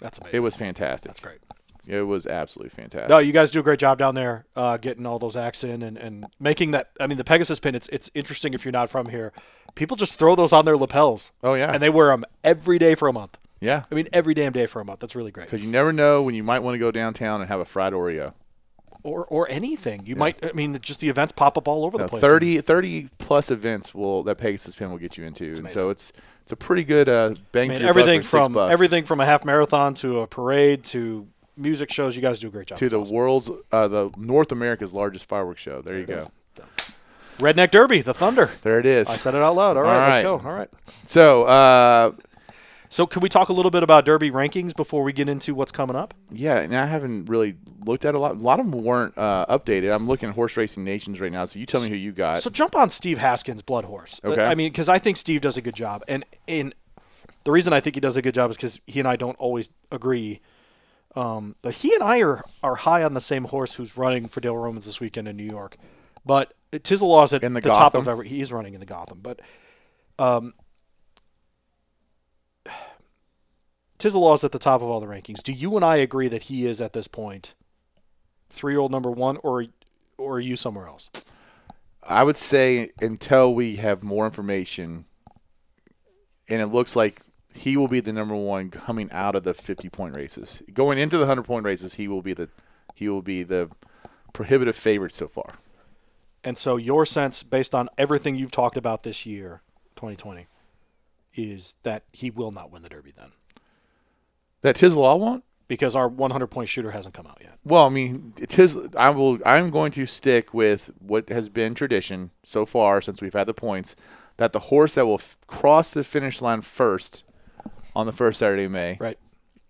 Speaker 2: That's amazing.
Speaker 1: It was fantastic.
Speaker 2: That's great.
Speaker 1: It was absolutely fantastic.
Speaker 2: No, you guys do a great job down there, uh, getting all those acts in and, and making that. I mean, the Pegasus pin. It's it's interesting if you're not from here. People just throw those on their lapels.
Speaker 1: Oh, yeah.
Speaker 2: and they wear them every day for a month.
Speaker 1: yeah,
Speaker 2: I mean, every damn day for a month. That's really great.
Speaker 1: because you never know when you might want to go downtown and have a fried Oreo.
Speaker 2: Or or anything. You might. I mean, just the events pop up all over the
Speaker 1: Uh,
Speaker 2: place.
Speaker 1: 30, 30 plus events will that Pegasus pin will get you into, and so it's it's a pretty good uh, bang
Speaker 2: I mean,
Speaker 1: for your buck for
Speaker 2: everything
Speaker 1: six
Speaker 2: from
Speaker 1: bucks.
Speaker 2: everything from a half marathon to a parade to music shows. You guys do a great job.
Speaker 1: to the world's uh, the North America's largest fireworks show. There, you go.
Speaker 2: Redneck Derby, the Thunder.
Speaker 1: There it is.
Speaker 2: I said it out loud. All right,
Speaker 1: All
Speaker 2: let's
Speaker 1: right.
Speaker 2: go. All right.
Speaker 1: So uh,
Speaker 2: So, can we talk a little bit about Derby rankings before we get into what's coming up?
Speaker 1: yeah, and I haven't really looked at a lot. A lot of them weren't uh, updated. I'm looking at Horse Racing Nations right now. So you tell me who you got.
Speaker 2: So, jump on Steve Haskins' Blood Horse. Uh,
Speaker 1: Okay.
Speaker 2: I mean, because I think Steve does a good job, and in the reason I think he does a good job is because he and I don't always agree. Um, but he and I are are high on the same horse who's running for Dale Romans this weekend in New York. But Tisalaw's at
Speaker 1: In the
Speaker 2: top of
Speaker 1: Gotham?
Speaker 2: every. He is running in the Gotham, but um, Tisalaw's at the top of all the rankings. Do you and I agree that he is at this point three year old number one, or or are you somewhere else?
Speaker 1: I would say until we have more information, and it looks like he will be the number one coming out of the fifty-point races. Going into the hundred-point races, he will be the he will be the prohibitive favorite so far.
Speaker 2: And so your sense, based on everything you've talked about this year, 2020, is that he will not win the Derby then,
Speaker 1: That Tislaw won't.
Speaker 2: because our 100 point shooter hasn't come out yet.
Speaker 1: Well, I mean, Tis. I will. I'm going to stick with what has been tradition so far since we've had the points. That the horse that will f- cross the finish line first on the first Saturday of May,
Speaker 2: Right.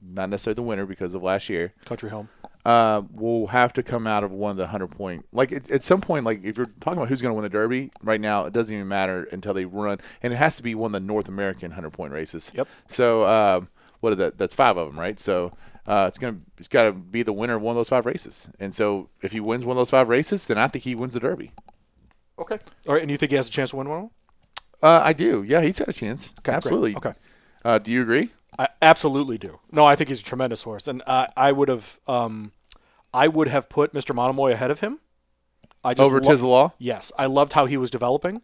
Speaker 1: not necessarily the winner because of last year,
Speaker 2: Country home.
Speaker 1: uh, will have to come out of one of the hundred point. Like at, at some point, like if you're talking about who's going to win the Derby right now, it doesn't even matter until they run, and it has to be one of the North American hundred point races.
Speaker 2: Yep.
Speaker 1: So um, what are that? That's five of them, right? So uh, it's gonna it's got to be the winner of one of those five races. And so if he wins one of those five races, then I think he wins the Derby.
Speaker 2: Okay. All right. And you think he has a chance to win one?
Speaker 1: Uh, I do. Yeah, he's got a chance. Absolutely.
Speaker 2: Okay.
Speaker 1: Uh, do you agree?
Speaker 2: I absolutely do. No, I think he's a tremendous horse, and I, I would have, um, I would have put Mr. Monomoy ahead of him. I just
Speaker 1: Over
Speaker 2: lo-
Speaker 1: Tislaw?
Speaker 2: Yes, I loved how he was developing.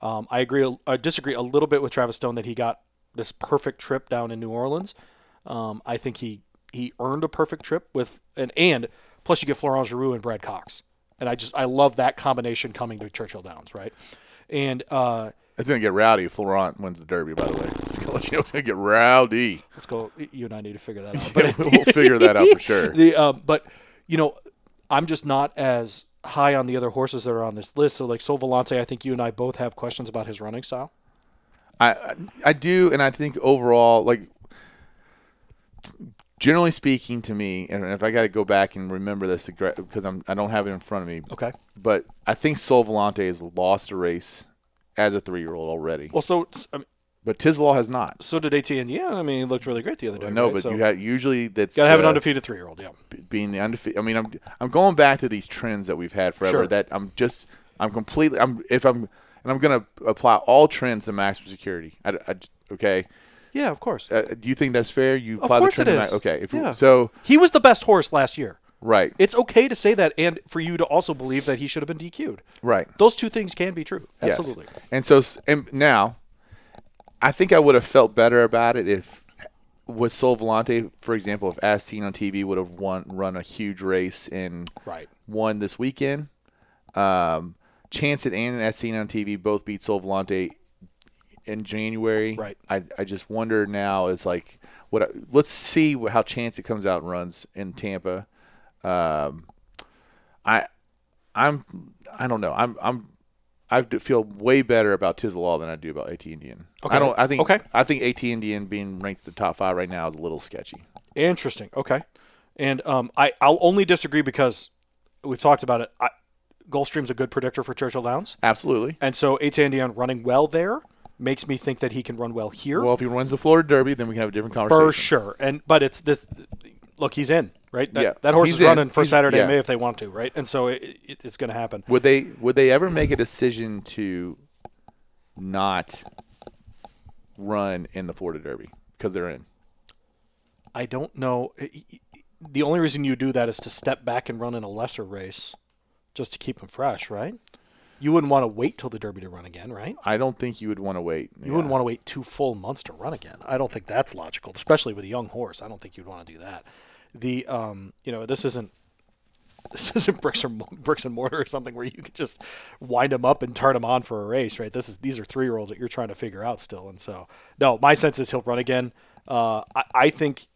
Speaker 2: Um, I agree. I disagree a little bit with Travis Stone that he got this perfect trip down in New Orleans. Um, I think he he earned a perfect trip with and and plus you get Florent Giroux and Brad Cox, and I just I love that combination coming to Churchill Downs, right? And uh,
Speaker 1: It's gonna get rowdy. if Florent wins the Derby. By the way, it's gonna let you know it's gonna get rowdy.
Speaker 2: let's go. You and I need to figure that out. But
Speaker 1: But we'll figure that out for sure.
Speaker 2: The um, but you know, I'm just not as high on the other horses that are on this list. So like Sol Volante, I think you and I both have questions about his running style.
Speaker 1: I I do, and I think overall, like generally speaking, to me, and if I got to go back and remember this because I'm I don't have it in front of me.
Speaker 2: Okay.
Speaker 1: But I think Sol Vellante has lost a race as a three year old already.
Speaker 2: Well, so it's- I mean,
Speaker 1: but Tislaw has not.
Speaker 2: So did ATN. E, Yeah, I mean, he looked really great the other day.
Speaker 1: No,
Speaker 2: right?
Speaker 1: but
Speaker 2: So
Speaker 1: you have uh, usually that's
Speaker 2: gotta have an
Speaker 1: the-
Speaker 2: undefeated three-year-old. Yeah,
Speaker 1: being the undefeated. I mean, I'm I'm going back to these trends that we've had forever.
Speaker 2: Sure.
Speaker 1: That I'm just I'm completely I'm if I'm and I'm gonna apply all trends to maximum security. I, I- okay.
Speaker 2: yeah, of course.
Speaker 1: Uh, do you think that's fair? You
Speaker 2: Of
Speaker 1: apply
Speaker 2: course
Speaker 1: the
Speaker 2: it
Speaker 1: trend to
Speaker 2: is.
Speaker 1: ma- okay. If
Speaker 2: Yeah.
Speaker 1: so,
Speaker 2: he was the best horse last year.
Speaker 1: right,
Speaker 2: It's okay to say that, and for you to also believe that he should have been DQ'd.
Speaker 1: right,
Speaker 2: Those two things can be true.
Speaker 1: Yes.
Speaker 2: Absolutely.
Speaker 1: And so s- and now, I think I would have felt better about it if. Was Sol Vellante, for example, if as seen on TV, would have won run a huge race and
Speaker 2: Right.
Speaker 1: won this weekend. Um, Chance it and as seen on TV both beat Sol Vellante in January.
Speaker 2: Right.
Speaker 1: I, I just wonder now is like what I, let's see wh- how Chance it comes out and runs in Tampa. Um, I I'm I don't know. I'm I'm I d- feel way better about Tislaw than I do about AT Indian.
Speaker 2: Okay.
Speaker 1: I don't. I think.
Speaker 2: Okay.
Speaker 1: I think AT Indian being ranked the top five right now is a little sketchy.
Speaker 2: Interesting. Okay. And um, I, I'll only disagree because we've talked about it. I, Gulfstream's a good predictor for Churchill Downs.
Speaker 1: Absolutely.
Speaker 2: And so Atandion running well there makes me think that he can run well here
Speaker 1: Well, if he runs the Florida Derby, then we can have a different conversation.
Speaker 2: for sure. And but it's this look, he's in, right? That,
Speaker 1: Yeah.
Speaker 2: that horse
Speaker 1: He's
Speaker 2: is running
Speaker 1: in.
Speaker 2: for
Speaker 1: He's-
Speaker 2: Saturday
Speaker 1: yeah.
Speaker 2: May if they want to, right? And so it, it, it's going to happen.
Speaker 1: Would they would they ever make a decision to not run in the Florida Derby because they're in?
Speaker 2: I don't know. The only reason you do that is to step back and run in a lesser race just to keep him fresh, right? You wouldn't want to wait till the Derby to run again, right?
Speaker 1: I don't think you would want to wait.
Speaker 2: You wouldn't want to wait two full months to run again. I don't think that's logical, especially with a young horse. I don't think you'd want to do that. The um, you know, this isn't this isn't bricks or mo- bricks and mortar or something where you can just wind them up and turn them on for a race, right? This is these are three year olds that you're trying to figure out still, and so no, my sense is he'll run again. Uh, I, I think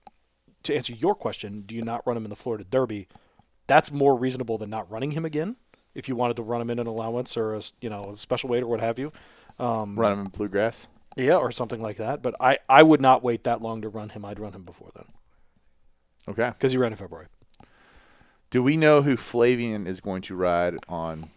Speaker 2: to answer your question, do you not run him in the Florida Derby? That's more reasonable than not running him again. If you wanted to run him in an allowance or a s- you know a special weight or what have you,
Speaker 1: to run them in bluegrass.
Speaker 2: yeah, or something like that. But I, I would not wait that long to run him. I'd run him before then
Speaker 1: Okay.
Speaker 2: because he ran in February
Speaker 1: Do we know who Flavian is going to ride on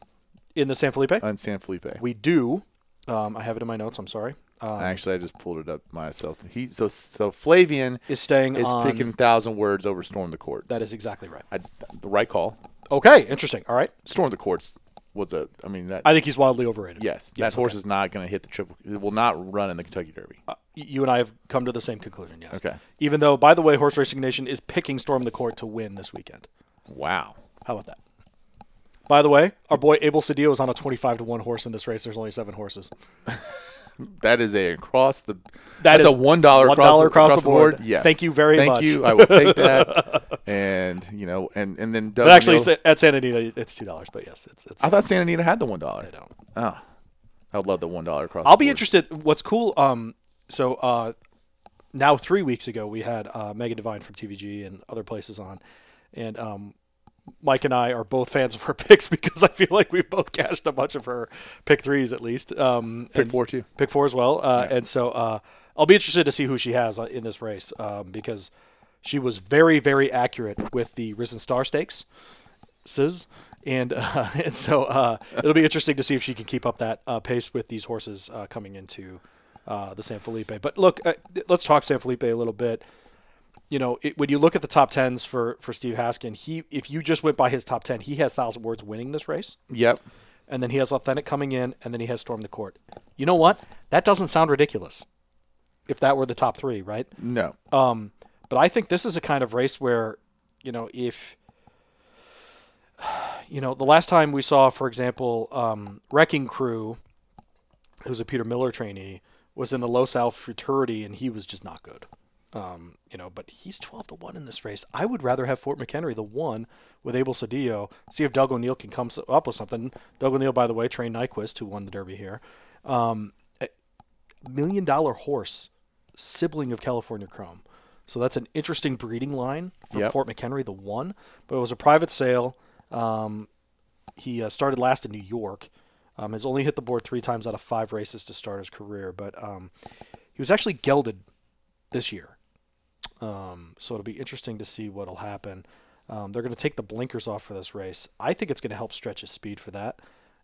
Speaker 2: in the San Felipe.
Speaker 1: on San Felipe?
Speaker 2: we do. Um, I have it in my notes. I'm sorry. Uh,
Speaker 1: Actually, I just pulled it up myself. He so so Flavian
Speaker 2: is staying
Speaker 1: is
Speaker 2: on.
Speaker 1: picking thousand words over Storm the Court.
Speaker 2: that is exactly right.
Speaker 1: I, the right call.
Speaker 2: Okay, interesting. All right.
Speaker 1: Storm the Courts was a. I mean that.
Speaker 2: I think he's wildly overrated.
Speaker 1: yes, that horse is not going to hit the triple. It will not run in the Kentucky Derby.
Speaker 2: Y- You and I have come to the same conclusion. Yes.
Speaker 1: Okay.
Speaker 2: Even though, by the way, Horse Racing Nation is picking Storm the Court to win this weekend.
Speaker 1: Wow.
Speaker 2: How about that? By the way, our boy Abel Cedillo is on a 25 to one horse in this race. There's only seven horses.
Speaker 1: That is a across the.
Speaker 2: That
Speaker 1: that's a
Speaker 2: is
Speaker 1: one dollar across,
Speaker 2: $1 across
Speaker 1: across
Speaker 2: the
Speaker 1: the
Speaker 2: board.
Speaker 1: board. Yes.
Speaker 2: Thank you very
Speaker 1: Thank
Speaker 2: much.
Speaker 1: you. I will take that. and you know, and and then.
Speaker 2: But actually, sa- at San Anita, it's two dollars. But yes, it's it's.
Speaker 1: Oh, I thought Santa Anita had the one dollar.
Speaker 2: don't.
Speaker 1: Oh, I would love the one dollar across.
Speaker 2: I'll
Speaker 1: the
Speaker 2: be
Speaker 1: board.
Speaker 2: interested. What's cool? Um, so uh, now three weeks ago we had uh, Megan Divine from TVG and other places on, and um, Mike and I are both fans of her picks because I feel like we've both cashed a bunch of her pick threes at least. Um,
Speaker 1: Pick
Speaker 2: and-
Speaker 1: four too.
Speaker 2: pick four as well. Uh, And so uh, I'll be interested to see who she has uh, in this race um, because she was very, very accurate with the Risen Star Stakes. Sizz. And, uh, and so uh, it'll be interesting to see if she can keep up that uh, pace with these horses uh, coming into uh, the San Felipe. But look, uh, let's talk San Felipe a little bit. You know, it, when you look at the top tens for for Steve Haskin, he if you just went by his top ten, he has Thousand Words winning this race
Speaker 1: Yep.
Speaker 2: and then he has authentic coming in, and then he has storm the court. You know what? That doesn't sound ridiculous. If that were the top three, right?
Speaker 1: No.
Speaker 2: Um, but I think this is a kind of race where, you know, if you know, the last time we saw, for example, um, Wrecking Crew, who's a Peter Miller trainee, was in the Los Al Futurity, and he was just not good. Um, you know, but he's twelve to one in this race. I would rather have Fort McHenry, the one with Abel Cedillo. See if Doug O'Neill can come s- up with something. Doug O'Neill, by the way, trained Nyquist, who won the Derby here. Um, million dollar horse, sibling of California Chrome. So that's an interesting breeding line from
Speaker 1: Yep.
Speaker 2: Fort McHenry, the one. But it was a private sale. Um, he uh, started last in New York. Um, has only hit the board three times out of five races to start his career, but um, he was actually gelded this year. Um, so it'll be interesting to see what'll happen. Um, they're going to take the blinkers off for this race. I think it's going to help stretch his speed for that.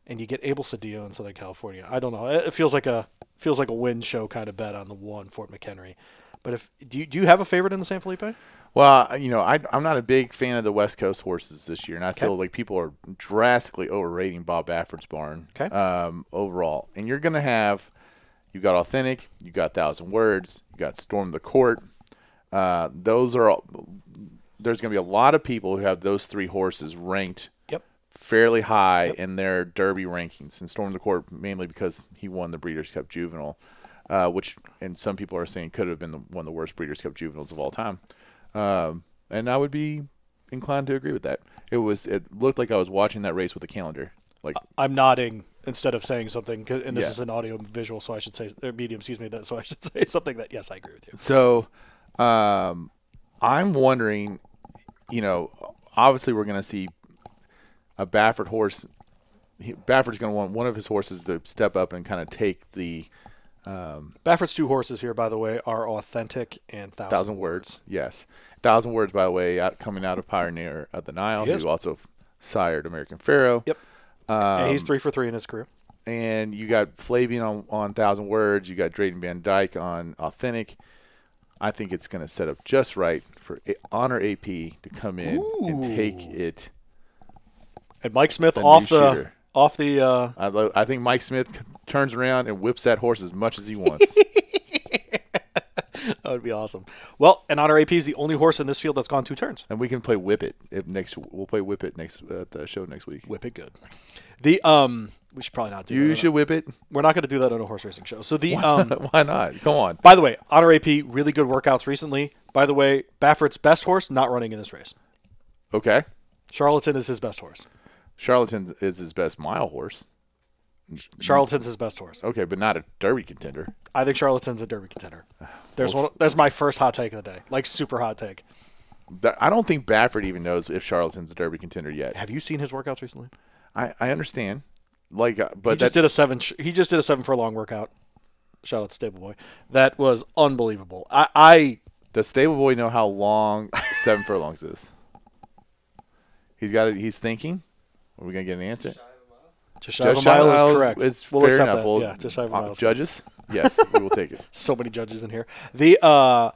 Speaker 2: and you get Abel Cedillo in Southern California. I don't know. It it feels like a feels like a win show kind of bet on the one Fort McHenry. But if do you, do you have a favorite in the San Felipe?
Speaker 1: Well, you know, I, I'm not a big fan of the West Coast horses this year, and I feel like people are drastically overrating Bob Baffert's barn
Speaker 2: Okay.
Speaker 1: um, overall. And you're going to have, you got Authentic, you got Thousand Words, you got Storm the Court. Uh, those are, all, there's going to be a lot of people who have those three horses ranked
Speaker 2: Yep.
Speaker 1: fairly high in their Derby rankings, and Storm the Court mainly because he won the Breeders' Cup Juvenile, uh, which and some people are saying could have been the, one of the worst Breeders' Cup Juveniles of all time, um, and I would be inclined to agree with that. It was it looked like I was watching that race with a calendar, like
Speaker 2: I'm nodding instead of saying something, 'cause- and this
Speaker 1: Yeah.
Speaker 2: is an audio visual, so I should say or medium. Excuse me, that so I should say something that yes, I agree with you.
Speaker 1: So, um, I'm wondering, you know, obviously we're going to see a Baffert horse. he- Baffert's going to want one of his horses to step up and kind of take the
Speaker 2: Baffert's two horses here, by the way, are authentic and thousand,
Speaker 1: thousand words. Yes, thousand words. By the way, out, coming out of Pioneer of the Nile,
Speaker 2: Yes.
Speaker 1: who also sired American Pharaoh.
Speaker 2: Yep. And he's three for three in his career.
Speaker 1: and you got Flavian on, on Thousand Words. You got Drayden Van Dyke on Authentic. I think it's going to set up just right for A- Honor AP to come in and take it.
Speaker 2: And Mike Smith
Speaker 1: new
Speaker 2: off the
Speaker 1: shooter.
Speaker 2: off the uh,
Speaker 1: I, lo- I think Mike Smith c- turns around and whips that horse as much as he wants.
Speaker 2: that would be awesome. Well, and Honor AP is the only horse in this field that's gone two turns.
Speaker 1: and we can play Whip It if next. We'll play Whip It next at the show next week.
Speaker 2: Whip it good. The um, we should probably not do.
Speaker 1: You
Speaker 2: that.
Speaker 1: should Whip It.
Speaker 2: We're not going to do that on a horse racing show. So the um,
Speaker 1: Why not? Come on.
Speaker 2: by the way, Honor AP really good workouts recently. By the way, Baffert's best horse not running in this race.
Speaker 1: Okay.
Speaker 2: Charlatan is his best horse.
Speaker 1: Charlatan is his best mile horse.
Speaker 2: Charlatan's his best horse.
Speaker 1: Okay, but not a Derby contender.
Speaker 2: I think Charlatan's a Derby contender. There's one. That's my first hot take of the day. Like super hot take.
Speaker 1: Th- I don't think Baffert even knows if Charlatan's a Derby contender yet.
Speaker 2: Have you seen his workouts recently?
Speaker 1: I, I understand. Like, uh,
Speaker 2: He
Speaker 1: but
Speaker 2: just
Speaker 1: that
Speaker 2: did a seven. Sh- he just did a seven furlong workout. Shout out to Stable Boy. That was unbelievable. I, I
Speaker 1: does Stable Boy know how long seven furlongs is? He's got it. He's thinking. Are we gonna get an answer?
Speaker 2: just shy of a mile is correct.
Speaker 1: It's
Speaker 2: we'll
Speaker 1: fair
Speaker 2: accept
Speaker 1: enough.
Speaker 2: that.
Speaker 1: We'll-
Speaker 2: yeah, just shy of a
Speaker 1: uh,
Speaker 2: mile. is
Speaker 1: Judges, yes, we will take it.
Speaker 2: so many judges in here. The uh,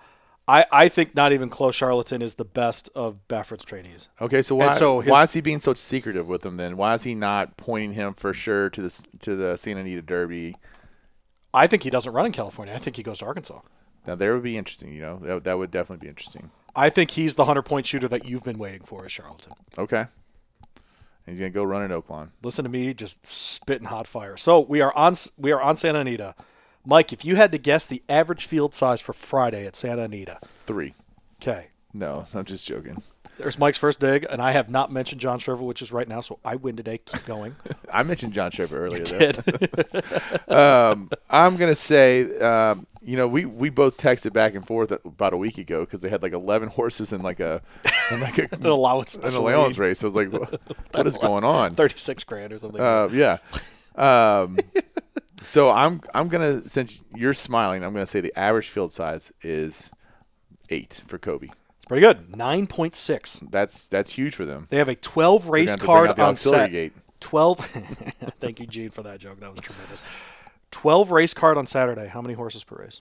Speaker 2: I I think not even close. Charlatan is the best of Baffert's trainees.
Speaker 1: Okay, so why
Speaker 2: so his-
Speaker 1: why is he being so secretive with him then? Why is he not pointing him for sure to the s- to the Santa Anita Derby?
Speaker 2: I think he doesn't run in California. I think he goes to Arkansas.
Speaker 1: Now there would be interesting. You know, that, that would definitely be interesting.
Speaker 2: I think he's the hundred point shooter that you've been waiting for, is Charlatan.
Speaker 1: Okay, and he's gonna go run in Oakland.
Speaker 2: Listen to me, just spitting hot fire. So we are on we are on Santa Anita. Mike, if you had to guess the average field size for Friday at Santa Anita,
Speaker 1: Three.
Speaker 2: okay.
Speaker 1: No, I'm just joking.
Speaker 2: There's Mike's first dig, and I have not mentioned John Sherver, which is right now, so I win today. Keep going.
Speaker 1: I mentioned John Trevor earlier. though.
Speaker 2: Ted.
Speaker 1: um, I'm gonna say, um, you know, we, we both texted back and forth about a week ago because they had like 11 horses in like a in like a,
Speaker 2: an allowance.
Speaker 1: an
Speaker 2: special
Speaker 1: allowance
Speaker 2: lead,
Speaker 1: race. I was like, what, what is going on?
Speaker 2: Thirty-six grand or something.
Speaker 1: Uh, yeah. Um, so I'm I'm gonna since you're smiling, I'm gonna say the average field size is eight for Kobe.
Speaker 2: it's pretty good. Nine point six.
Speaker 1: That's that's huge for them.
Speaker 2: They have a twelve race
Speaker 1: gonna have to bring out
Speaker 2: card
Speaker 1: the
Speaker 2: on
Speaker 1: auxiliary
Speaker 2: set.
Speaker 1: gate.
Speaker 2: Twelve. Thank you, Gene, for that joke. That was tremendous. Twelve race card on Saturday. How many horses per race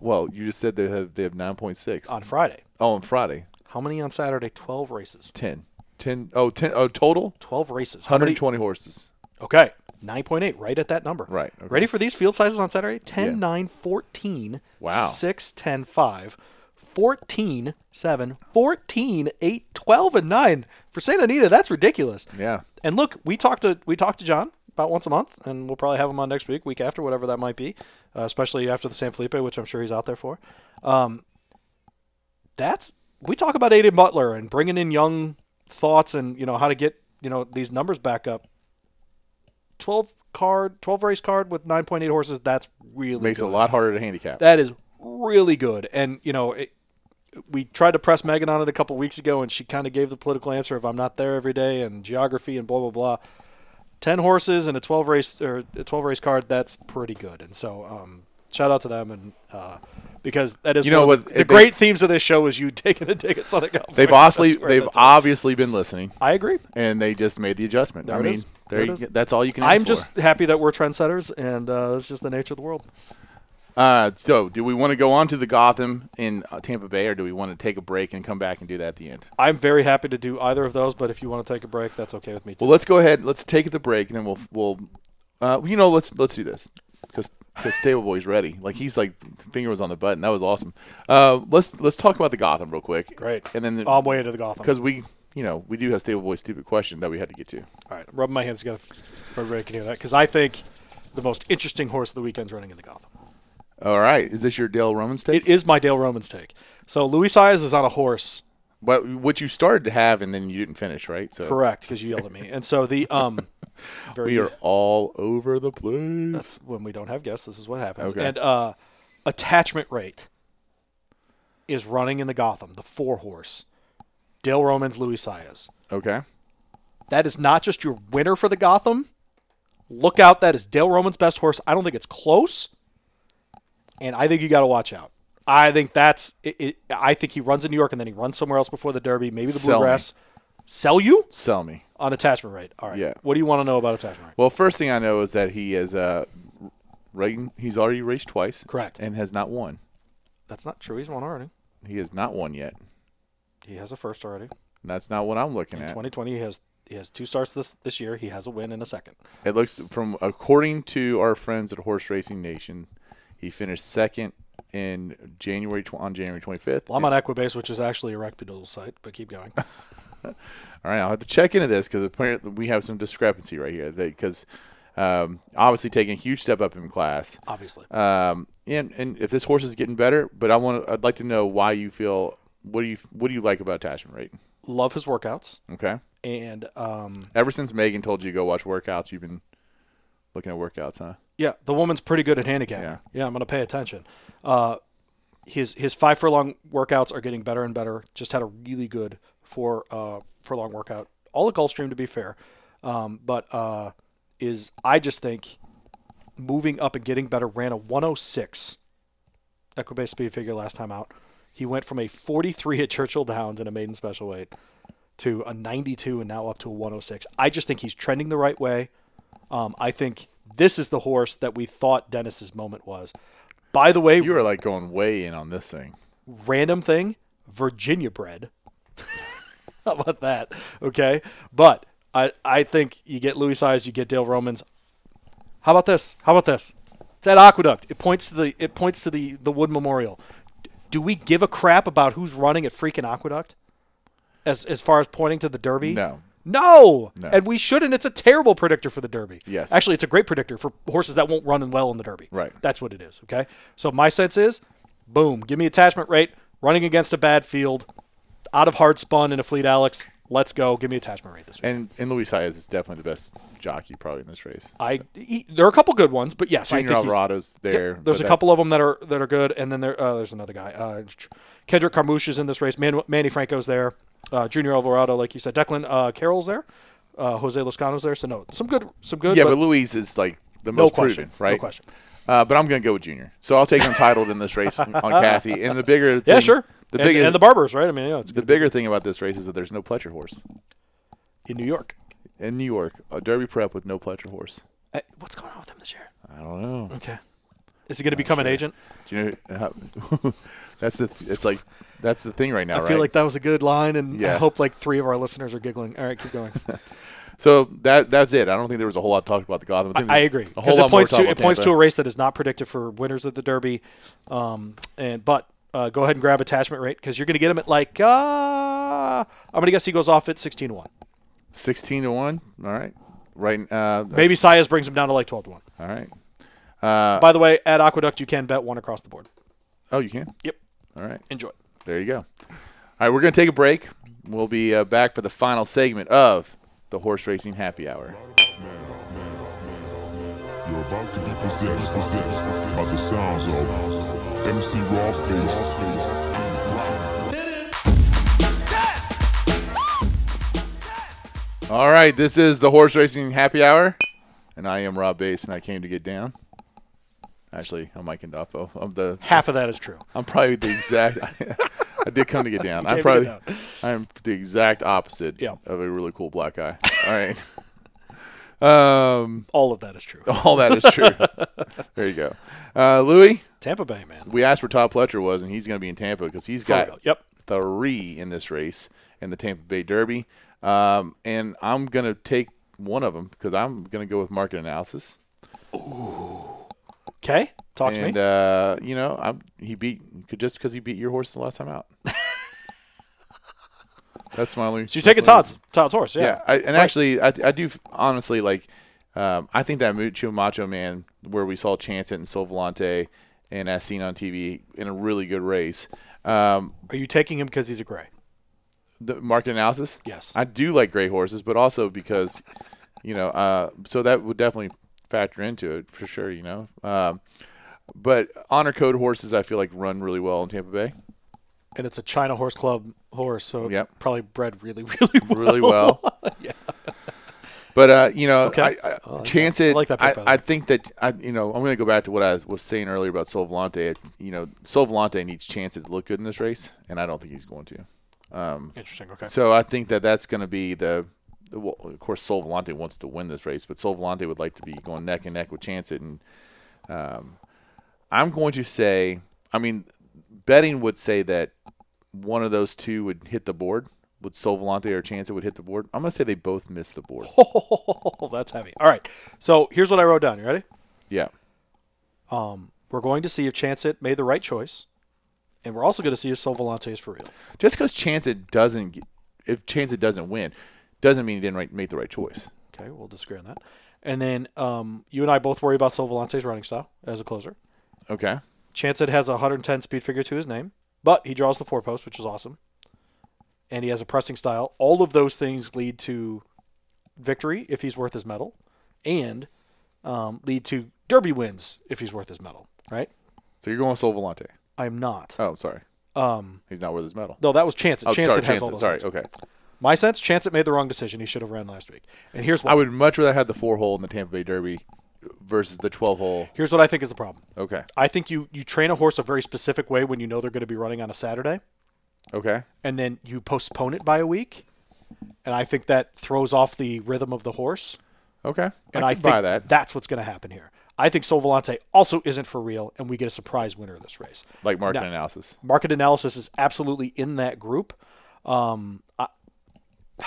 Speaker 1: Well, you just said they have they have 9.6
Speaker 2: on Friday?
Speaker 1: oh, on Friday,
Speaker 2: How many on Saturday? Twelve races.
Speaker 1: 10. 10 oh, 10 oh, total
Speaker 2: Twelve races. How many-
Speaker 1: 120 horses.
Speaker 2: Okay. 9.8, right at that number.
Speaker 1: Right, okay.
Speaker 2: Ready for these field sizes on Saturday? 10,
Speaker 1: Yeah.
Speaker 2: 9, 14,
Speaker 1: Wow.
Speaker 2: 6, 10, 5, 14, 7, 14, 8, 12, and 9. For Santa Anita, that's ridiculous.
Speaker 1: Yeah.
Speaker 2: And look, we talked to we talked to John about once a month, and we'll probably have him on next week, week after, whatever that might be, uh, especially after the San Felipe, which I'm sure he's out there for. Um, that's we talk about Aiden Butler and bringing in young thoughts and you know how to get you know these numbers back up. Twelve card, twelve race card with nine point eight horses. That's really
Speaker 1: Makes it
Speaker 2: good.
Speaker 1: a lot harder to handicap.
Speaker 2: That is really good. And you know, it, we tried to press Megan on it a couple weeks ago, and she kind of gave the political answer of "I'm not there every day" and geography and blah blah blah. Ten horses and a twelve race or a twelve race card. That's pretty good. And so, um, shout out to them and uh, because that is
Speaker 1: You
Speaker 2: one
Speaker 1: know
Speaker 2: of
Speaker 1: what,
Speaker 2: the,
Speaker 1: they-
Speaker 2: the great themes of this show is you taking a dig at Southern California.
Speaker 1: They've obviously
Speaker 2: That's where
Speaker 1: they've
Speaker 2: that's at.
Speaker 1: obviously been listening,
Speaker 2: I agree.
Speaker 1: and they just made the adjustment.
Speaker 2: There
Speaker 1: I
Speaker 2: it
Speaker 1: mean,
Speaker 2: is.
Speaker 1: there
Speaker 2: There
Speaker 1: you
Speaker 2: it
Speaker 1: g-
Speaker 2: is.
Speaker 1: that's all you can. Ask
Speaker 2: I'm
Speaker 1: for.
Speaker 2: just happy that we're trendsetters, and uh, that's just the nature of the world.
Speaker 1: Uh, so, do we want to go on to the Gotham in uh, Tampa Bay, or do we want to take a break and come back and do that at the end?
Speaker 2: I'm very happy to do either of those, but if you want to take a break, that's okay with me too.
Speaker 1: Well, let's go ahead. Let's take the break, and then we'll we'll uh, you know let's let's do this because because Stable Boy's ready. Like he's like finger was on the button. That was awesome. Uh, let's let's talk about the Gotham real quick.
Speaker 2: Great.
Speaker 1: And then
Speaker 2: I'm way into the golf.
Speaker 1: because we you know we do have Stable Boy's stupid question that we had to get to.
Speaker 2: All right, I'm rubbing my hands together for everybody can hear that because I think the most interesting horse of the weekend's running in the Gotham.
Speaker 1: All right, is this your Dale Roman
Speaker 2: It
Speaker 1: state?
Speaker 2: is my Dale Roman's take. So Louis Size is on a horse,
Speaker 1: But what you started to have and then you didn't finish, right? So
Speaker 2: correct? Because you yelled at me, and so the um, very
Speaker 1: we are all over the place.
Speaker 2: that's when we don't have guests. This is what happens.
Speaker 1: Okay.
Speaker 2: And uh, attachment rate is running in the Gotham, the four horse, Dale Roman's Louis Size.
Speaker 1: okay.
Speaker 2: That is not just your winner for the Gotham. Look out. That is Dale Roman's best horse. I don't think it's close. And I think you got to watch out. I think that's it, it. I think he runs in New York and then he runs somewhere else before the Derby, maybe the
Speaker 1: Sell me.
Speaker 2: Bluegrass. Sell you
Speaker 1: Sell me.
Speaker 2: on attachment rate. All right.
Speaker 1: Yeah.
Speaker 2: What do you want to know about attachment rate?
Speaker 1: Well, first thing I know is that he is uh, riding- he's already raced twice.
Speaker 2: Correct.
Speaker 1: And has not won.
Speaker 2: That's not true. He's won already.
Speaker 1: He has not won yet.
Speaker 2: He has a first already.
Speaker 1: And that's not what I'm looking at.
Speaker 2: 2020. He has he has two starts this this year. He has a win and a second.
Speaker 1: It looks from according to our friends at Horse Racing Nation, he finished second in January tw- on January 25th.
Speaker 2: Well, I'm on Equibase, which is actually a reputable site, but keep going.
Speaker 1: All right, I'll have to check into this because apparently we have some discrepancy right here. Because um, obviously taking a huge step up in class.
Speaker 2: Obviously.
Speaker 1: Um, and and if this horse is getting better, but I want I'd like to know why you feel what do you what do you like about attachment rate?
Speaker 2: Love his workouts
Speaker 1: Okay.
Speaker 2: and um,
Speaker 1: Ever since Megan told you to go watch workouts, you've been looking at workouts, huh?
Speaker 2: Yeah, the woman's pretty good at handicap.
Speaker 1: Yeah.
Speaker 2: Yeah, I'm gonna pay attention. Uh, his his five furlong workouts are getting better and better. Just had a really good four uh, furlong workout, all at Gulfstream to be fair. Um, but uh, is I just think moving up and getting better ran a 106 equibase speed figure last time out. He went from a 43 at Churchill Downs in a maiden special weight to a 92 and now up to a 106. I just think he's trending the right way. Um, I think this is the horse that we thought Dennis's moment was. By the way,
Speaker 1: You are like going way in on this thing.
Speaker 2: random thing, Virginia bread. How about that? Okay. But I, I think you get Louis Size, you get Dale Romans. How about this? How about this? It's at Aqueduct. It points to the it points to the, the Wood Memorial. D- Do we give a crap about who's running at freaking Aqueduct? As as far as pointing to the Derby?
Speaker 1: No.
Speaker 2: No.
Speaker 1: No.
Speaker 2: And we shouldn't. It's a terrible predictor for the Derby.
Speaker 1: Yes.
Speaker 2: Actually, it's a great predictor for horses that won't run well in the Derby.
Speaker 1: Right.
Speaker 2: That's what it is. Okay. So my sense is, boom, give me attachment rate, running against a bad field, out of hard spun in a fleet Alex. Let's go. Give me attachment rate this week.
Speaker 1: And and Luis Saez is definitely the best jockey probably in this race.
Speaker 2: I he, there are a couple good ones, but yes, I
Speaker 1: Junior
Speaker 2: think he's-
Speaker 1: Alvarado's there.
Speaker 2: Yep,
Speaker 1: but
Speaker 2: there's a
Speaker 1: that's-
Speaker 2: couple of them that are that are good, and then there uh, there's another guy. Uh, Kendrick Carmouche is in this race. Man, Manny Franco's there. Uh, Junior Alvarado, like you said, Declan uh, Carroll's there. Uh, Jose Lascano's there. So no, some good, some good.
Speaker 1: Yeah,
Speaker 2: but
Speaker 1: but Luis is like the
Speaker 2: No
Speaker 1: most
Speaker 2: question.
Speaker 1: proven,
Speaker 2: No
Speaker 1: right?
Speaker 2: question.
Speaker 1: Uh, but I'm going to go with Junior. So I'll take untitled in this race on Cassie. And the bigger
Speaker 2: yeah,
Speaker 1: thing-
Speaker 2: sure.
Speaker 1: The
Speaker 2: and,
Speaker 1: bigger
Speaker 2: and the barbers, right? I mean, yeah, it's
Speaker 1: the
Speaker 2: good.
Speaker 1: bigger thing about this race is that there's no Pletcher horse
Speaker 2: in New York.
Speaker 1: in New York. A Derby prep with no Pletcher horse.
Speaker 2: Uh, what's going on with him this year?
Speaker 1: I don't know.
Speaker 2: Okay. Is he going to become an agent?
Speaker 1: Do you know? how- that's the. It's like that's the thing right now,
Speaker 2: I
Speaker 1: right?
Speaker 2: feel like that was a good line, and
Speaker 1: Yeah.
Speaker 2: I hope like three of our listeners are giggling. All right, keep going.
Speaker 1: so that that's it. I don't think there was a whole lot talked about the Gotham. think
Speaker 2: I
Speaker 1: there's
Speaker 2: agree
Speaker 1: A whole
Speaker 2: because
Speaker 1: lot
Speaker 2: it points
Speaker 1: more talked
Speaker 2: to it
Speaker 1: about
Speaker 2: points to a
Speaker 1: Tampa.
Speaker 2: race that is not predicted for winners of the Derby. Um, and but uh, go ahead and grab attachment rate because you're going to get him at like uh, I'm going to guess he goes off at 16 to one.
Speaker 1: sixteen to one. All right, right. Uh,
Speaker 2: Maybe Sias brings him down to like 12 to one.
Speaker 1: all right. Uh,
Speaker 2: By the way, at Aqueduct you can bet one across the board.
Speaker 1: oh, you can.
Speaker 2: Yep,
Speaker 1: All right.
Speaker 2: enjoy.
Speaker 1: There you go. All right, we're going to take a break. We'll be uh, back for the final segment of the horse racing happy hour.
Speaker 3: You're about to be possessed, possessed by the sounds of MC Raw Face.
Speaker 1: All right, this is the horse racing happy hour, and I am Rob Bass, and I came to get down. Actually, I'm Mike Andolfo. I'm the
Speaker 2: Half of that is true.
Speaker 1: I'm probably the exact. I did come to get down. I'm
Speaker 2: get
Speaker 1: probably.
Speaker 2: down.
Speaker 1: I'm the exact opposite
Speaker 2: Yeah.
Speaker 1: of a really cool black guy. All right. Um,
Speaker 2: All of that is true.
Speaker 1: all that is true. there you go, uh, Louis.
Speaker 2: Tampa Bay, man.
Speaker 1: We asked where Todd Pletcher was, and he's going to be in Tampa because he's got
Speaker 2: Florida. Yep.
Speaker 1: three in this race in the Tampa Bay Derby. Um, and I'm going to take one of them because I'm going to go with market analysis.
Speaker 2: Okay. Talk to
Speaker 1: and
Speaker 2: me.
Speaker 1: uh, you know, I'm, he beat could just because he beat your horse the last time out. That's my only.
Speaker 2: so you take it, Todd's Todd's horse. Yeah.
Speaker 1: Yeah, I, and actually, I, I do f- honestly like. Um, I think that Mucho Macho Man, where we saw Chance and Solvolante, and as seen on TV, in a really good race. Um,
Speaker 2: Are you taking him because he's a gray?
Speaker 1: the market analysis.
Speaker 2: Yes.
Speaker 1: I do like gray horses, but also because, you know, uh, so that would definitely factor into it for sure. You know, um, but honor code horses, I feel like run really well in Tampa Bay,
Speaker 2: And it's a China Horse Club horse, so
Speaker 1: Yep.
Speaker 2: probably bred really, really well.
Speaker 1: really well. But uh, you know,
Speaker 2: Okay. Oh,
Speaker 1: I, I, chance it.
Speaker 2: I like that pick, by the
Speaker 1: I,
Speaker 2: way.
Speaker 1: think that I, you know, I'm going to go back to what I was saying earlier about Solvolante. You know, Solvolante needs chance to look good in this race, and I don't think he's going to.
Speaker 2: Interesting. Okay.
Speaker 1: So I think that that's going to be the. the- Well, of course, Sol Vellante wants to win this race, but Sol Vellante would like to be going neck and neck with Chance It. And um, I'm going to say, I mean, betting would say that one of those two would hit the board. Would Sol Vellante or Chance It would hit the board? I'm going to say they both miss the board.
Speaker 2: Oh, that's heavy. All right. So here's what I wrote down. You ready?
Speaker 1: Yeah.
Speaker 2: We're going to see if Chance It made the right choice, and we're also going to see if Solvolante is for real.
Speaker 1: Just because Chance It doesn't, get- if Chance It doesn't win, doesn't mean he didn't right, make the right choice.
Speaker 2: Okay, we'll disagree on that. And then um, you and I both worry about Solvolante's running style as a closer.
Speaker 1: Okay.
Speaker 2: Chance It has a 110 speed figure to his name, but he draws the four post, which is awesome. And he has a pressing style. All of those things lead to victory if he's worth his medal, and um, lead to derby wins if he's worth his medal. Right?
Speaker 1: So you're going with Sol Vellante.
Speaker 2: I'm not.
Speaker 1: Oh, sorry.
Speaker 2: Um,
Speaker 1: He's not worth his medal.
Speaker 2: no, that was Chance It.
Speaker 1: Oh,
Speaker 2: Chance
Speaker 1: sorry.
Speaker 2: It has
Speaker 1: Chance
Speaker 2: all
Speaker 1: It.
Speaker 2: those.
Speaker 1: Sorry.
Speaker 2: things.
Speaker 1: Okay.
Speaker 2: My sense, Chance It made the wrong decision. He should have ran last week. And here's why.
Speaker 1: I would much rather have the four hole in the Tampa Bay Derby versus the twelve hole.
Speaker 2: here's what I think is the problem.
Speaker 1: Okay.
Speaker 2: I think you you train a horse a very specific way when you know they're going to be running on a Saturday,
Speaker 1: Okay.
Speaker 2: and then you postpone it by a week, and I think that throws off the rhythm of the horse.
Speaker 1: Okay.
Speaker 2: And
Speaker 1: I,
Speaker 2: I,
Speaker 1: can
Speaker 2: think
Speaker 1: buy that.
Speaker 2: that's what's going to happen here. I think Solvolante also isn't for real, and we get a surprise winner of this race.
Speaker 1: Like market
Speaker 2: Now-
Speaker 1: analysis.
Speaker 2: Market analysis is absolutely in that group. Um, I,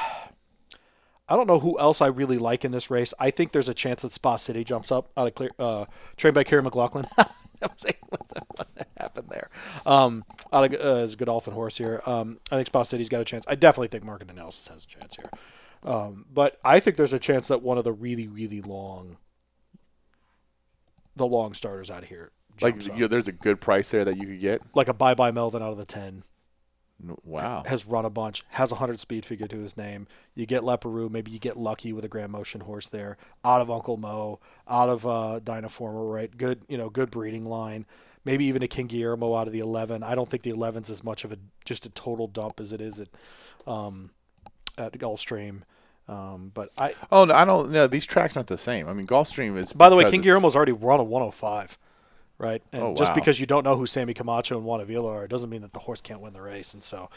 Speaker 2: I don't know who else I really like in this race. I think there's a chance that Spa City jumps up on a clear uh, train by Kieran McLaughlin. that was what the- what the happened there. Um, on a, uh, is Godolphin horse here. Um, I think Spa City's got a chance. I definitely think Market Analysis has a chance here. Um, but I think there's a chance that one of the really, really long, the long starters out of here,
Speaker 1: Like
Speaker 2: jumps
Speaker 1: you
Speaker 2: up.
Speaker 1: know, there's a good price there that you could get.
Speaker 2: like a Bye Bye Melvin out of the ten
Speaker 1: No- Wow.
Speaker 2: has run a bunch, has a 100 speed figure to his name. You get Leperu, maybe you get lucky with a Grand Motion horse there, out of Uncle Mo, out of uh, Dynaformer, right? Good, you know, good breeding line. Maybe even a King Guillermo out of the 11. I don't think the 11's as much of a just a total dump as it is at um, at Gulfstream. Um, but I,
Speaker 1: Oh no, I don't. No, these tracks aren't the same. I mean, Gulfstream is.
Speaker 2: by the way,
Speaker 1: because
Speaker 2: King
Speaker 1: it's-
Speaker 2: Guillermo's already run a 105. Right, and
Speaker 1: Oh,
Speaker 2: just
Speaker 1: wow.
Speaker 2: because you don't know who Sammy Camacho and Juan Avila are, doesn't mean that the horse can't win the race. And so,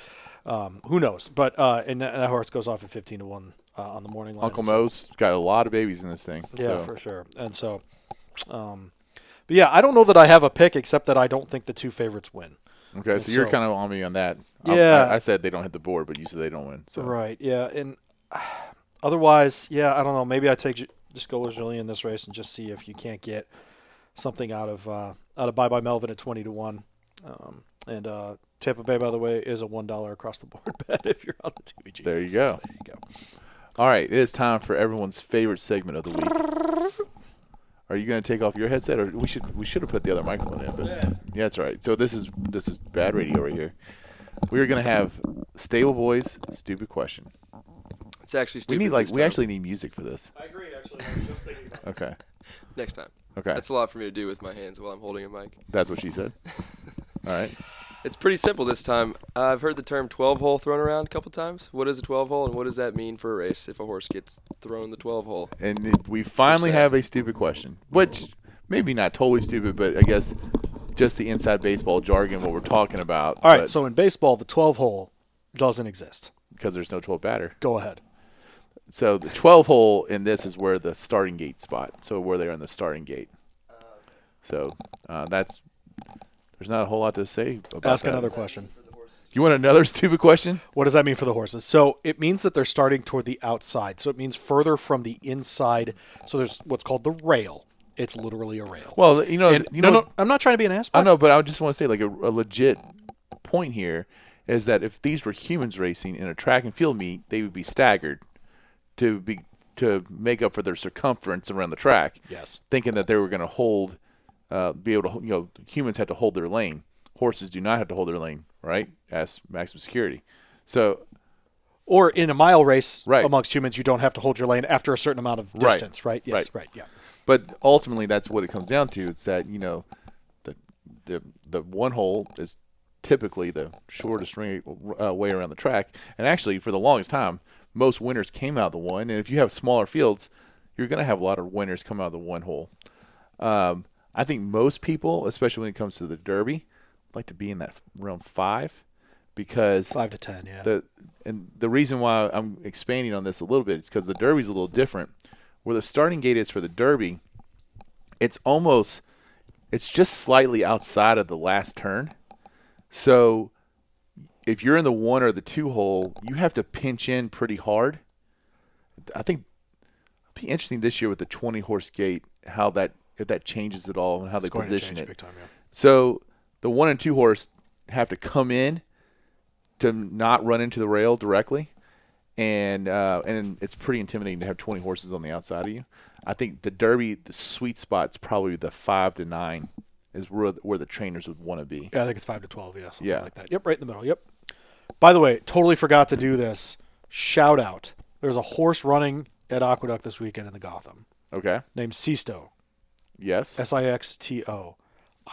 Speaker 2: um, who knows? But uh, and that, and that horse goes off at fifteen to one uh, on the morning line.
Speaker 1: Uncle
Speaker 2: So-
Speaker 1: Mo's got a lot of babies in this thing.
Speaker 2: yeah,
Speaker 1: so.
Speaker 2: for sure. And so, um, but yeah, I don't know that I have a pick except that I don't think the two favorites win.
Speaker 1: Okay, so you're
Speaker 2: so-
Speaker 1: kind of on me on that. I-
Speaker 2: Yeah.
Speaker 1: I, I said they don't hit the board, but you said they don't win. So
Speaker 2: Right. Yeah. And otherwise, yeah, I don't know. Maybe I take Ju- just go with Julian this race and just see if you can't get something out of uh, out of Bye Bye Melvin at twenty to one. Um, and uh, Tampa Bay, by the way, is a one dollar across the board bet if you're on the TVG.
Speaker 1: there you go.
Speaker 2: There you go.
Speaker 1: All right, it is time for everyone's favorite segment of the week. Are you going to take off your headset, or we should we should have put the other microphone in? But yeah, that's all right. So this is this is bad radio right here. We are going to have Stable Boys stupid question.
Speaker 4: It's actually
Speaker 1: We
Speaker 4: stupid.
Speaker 1: need like
Speaker 4: this
Speaker 1: we
Speaker 4: time.
Speaker 1: actually need music for this.
Speaker 2: I agree. Actually, I was just thinking about
Speaker 1: Okay,
Speaker 4: next time.
Speaker 1: Okay.
Speaker 4: That's a lot for me to do with my hands while I'm holding a mic.
Speaker 1: that's what she said. All right,
Speaker 4: It's pretty simple this time. Uh, I've heard the term 12 hole thrown around a couple times. What is a 12 hole, and what does that mean for a race if a horse gets thrown the 12 hole?
Speaker 1: and we finally have a stupid question, which maybe not totally stupid, but I guess just the inside baseball jargon what we're talking about.
Speaker 2: All right, so in baseball, the 12 hole doesn't exist.
Speaker 1: because there's no 12 batter.
Speaker 2: Go ahead.
Speaker 1: So the 12 hole in this is where the starting gate spot. So where they're on the starting gate. So uh, that's there's not a whole lot to say about
Speaker 2: Ask
Speaker 1: that.
Speaker 2: another question.
Speaker 1: You want another stupid question?
Speaker 2: What does that mean for the horses? So it means that they're starting toward the outside. So it means further from the inside. So there's what's called the rail. It's literally a rail.
Speaker 1: Well, you know,
Speaker 2: And-
Speaker 1: you
Speaker 2: no,
Speaker 1: know,
Speaker 2: no, I'm not trying to be an ass.
Speaker 1: I know, but I just want to say like a, a legit point here is that if these were humans racing in a track and field meet, they would be staggered to be to make up for their circumference around the track.
Speaker 2: Yes.
Speaker 1: thinking that they were going to hold, uh, be able to you know humans had to hold their lane. Horses do not have to hold their lane, right? As maximum security. So
Speaker 2: Or in a mile race
Speaker 1: Right.
Speaker 2: amongst humans, you don't have to hold your lane after a certain amount of
Speaker 1: Right.
Speaker 2: distance, right? Yes,
Speaker 1: Right.
Speaker 2: right. Yeah.
Speaker 1: But ultimately, that's what it comes down to. It's that you know, the the the one hole is typically the shortest ring, uh, way around the track, and actually for the longest time, most winners came out of the one. And if you have smaller fields, you're going to have a lot of winners come out of the one hole. Um, I think most people, especially when it comes to the Derby, like to be in that round five because
Speaker 2: Five to ten. Yeah.
Speaker 1: the and the reason why I'm expanding on this a little bit is because the Derby's a little different. Where the starting gate is for the Derby, it's almost it's just slightly outside of the last turn. So if you're in the one or the two hole, you have to pinch in pretty hard. I think it'll be interesting this year with the 20 horse gate how that if that changes at all and how they
Speaker 2: Going to
Speaker 1: position
Speaker 2: change
Speaker 1: it.
Speaker 2: big time, yeah.
Speaker 1: So the one and two horse have to come in to not run into the rail directly, and uh, and it's pretty intimidating to have 20 horses on the outside of you. I think the Derby, the sweet spot's probably the five to nine is where where the trainers would want to be.
Speaker 2: Yeah, I think it's five to twelve. Yeah, something
Speaker 1: Yeah.
Speaker 2: like that. Yep, right in the middle. Yep. By the way, totally forgot to do this. Shout out. There's a horse running at Aqueduct this weekend in the Gotham
Speaker 1: Okay.
Speaker 2: named Sisto.
Speaker 1: Yes.
Speaker 2: S I X T O.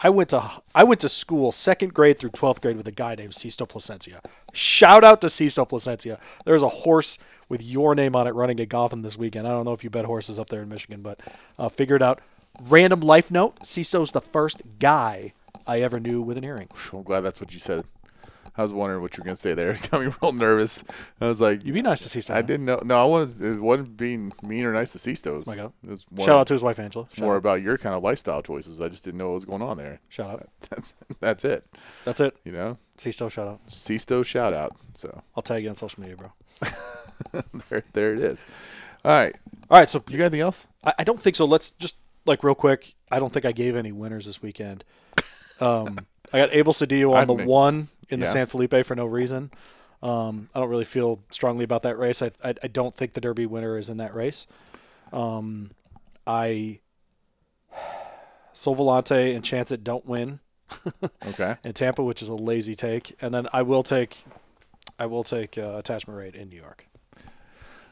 Speaker 2: I went to I went to school second grade through twelfth grade with a guy named Sisto Placencia. Shout out to Sisto Placencia. There's a horse with your name on it running at Gotham this weekend. I don't know if you bet horses up there in Michigan, but uh, figure it out. Random life note: Sisto's the first guy I ever knew with an earring.
Speaker 1: I'm glad that's what you said. I was wondering what you were gonna say there. It got me real nervous. I was like,
Speaker 2: You'd be nice to see
Speaker 1: I didn't know. No, I was. It wasn't being mean or nice to see those.
Speaker 2: my God.
Speaker 1: It was more,
Speaker 2: Shout out to his wife Angela. Shout
Speaker 1: more
Speaker 2: out.
Speaker 1: about your kind of lifestyle choices. I just didn't know what was going on there.
Speaker 2: Shout out.
Speaker 1: that's that's it.
Speaker 2: That's it.
Speaker 1: You know,
Speaker 2: Sisto, shout out.
Speaker 1: Cisto shout out. So
Speaker 2: I'll tag you on social media, bro.
Speaker 1: there, there it is. All right,
Speaker 2: All right, so
Speaker 1: you got anything else?
Speaker 2: I, I don't think so. Let's just like real quick. I don't think I gave any winners this weekend. Um, I got Abel Cedillo on
Speaker 1: I'd
Speaker 2: the
Speaker 1: make-
Speaker 2: one in
Speaker 1: yeah.
Speaker 2: the San Felipe for no reason. Um, I don't really feel strongly about that race. I, I I don't think the Derby winner is in that race. Um, I Solvolante and Chance It don't win
Speaker 1: Okay,
Speaker 2: in Tampa, which is a lazy take. And then I will take I will take uh, attachment rate in New York.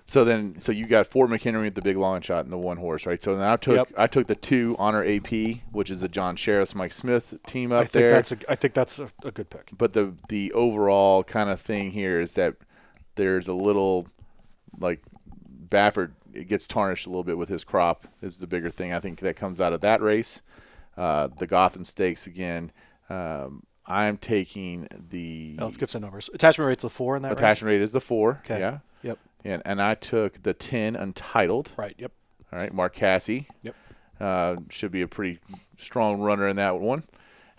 Speaker 1: so then, so you got Fort McHenry at the big long shot and the one horse, right? So then I took
Speaker 2: Yep.
Speaker 1: I took the two honor AP, which is the John Sheriff's Mike Smith team
Speaker 2: I
Speaker 1: up
Speaker 2: think
Speaker 1: there.
Speaker 2: that's a, I think that's a, a good pick.
Speaker 1: but the the overall kind of thing here is that there's a little like Baffert it gets tarnished a little bit with his crop is the bigger thing I think that comes out of that race. Uh, the Gotham Stakes again. Um, I'm taking the
Speaker 2: Now, let's give some numbers. Attachment rate's the four in that race.
Speaker 1: attachment rate is the four.
Speaker 2: Okay.
Speaker 1: Yeah.
Speaker 2: Yep.
Speaker 1: And and I took the ten untitled.
Speaker 2: Right. Yep.
Speaker 1: All right, Mark Cassie.
Speaker 2: Yep.
Speaker 1: Uh, should be a pretty strong runner in that one.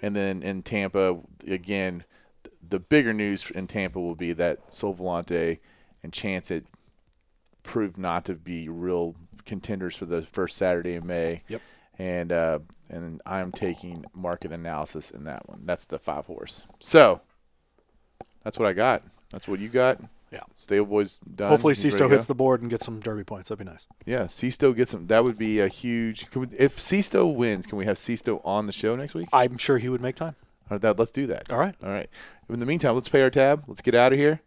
Speaker 1: And then in Tampa, again, th- the bigger news in Tampa will be that Solvolante and Chance it proved not to be real contenders for the first Saturday in May.
Speaker 2: Yep.
Speaker 1: And uh, and I'm taking market analysis in that one. That's the five horse. So that's what I got. That's what you got.
Speaker 2: Yeah.
Speaker 1: Stable boys done.
Speaker 2: Hopefully,
Speaker 1: He's ready
Speaker 2: Sisto
Speaker 1: to
Speaker 2: hits
Speaker 1: go?
Speaker 2: the board and gets some derby points. That'd be nice.
Speaker 1: Yeah, Sisto gets him. That would be a huge. Can we, if Sisto wins, can we have Sisto on the show next week?
Speaker 2: I'm sure he would make time.
Speaker 1: Or that, let's do that.
Speaker 2: All right.
Speaker 1: All right. In the meantime, let's pay our tab. Let's get out of here.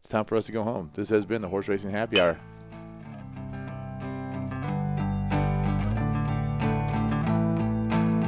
Speaker 1: It's time for us to go home. This has been the Horse Racing Happy Hour.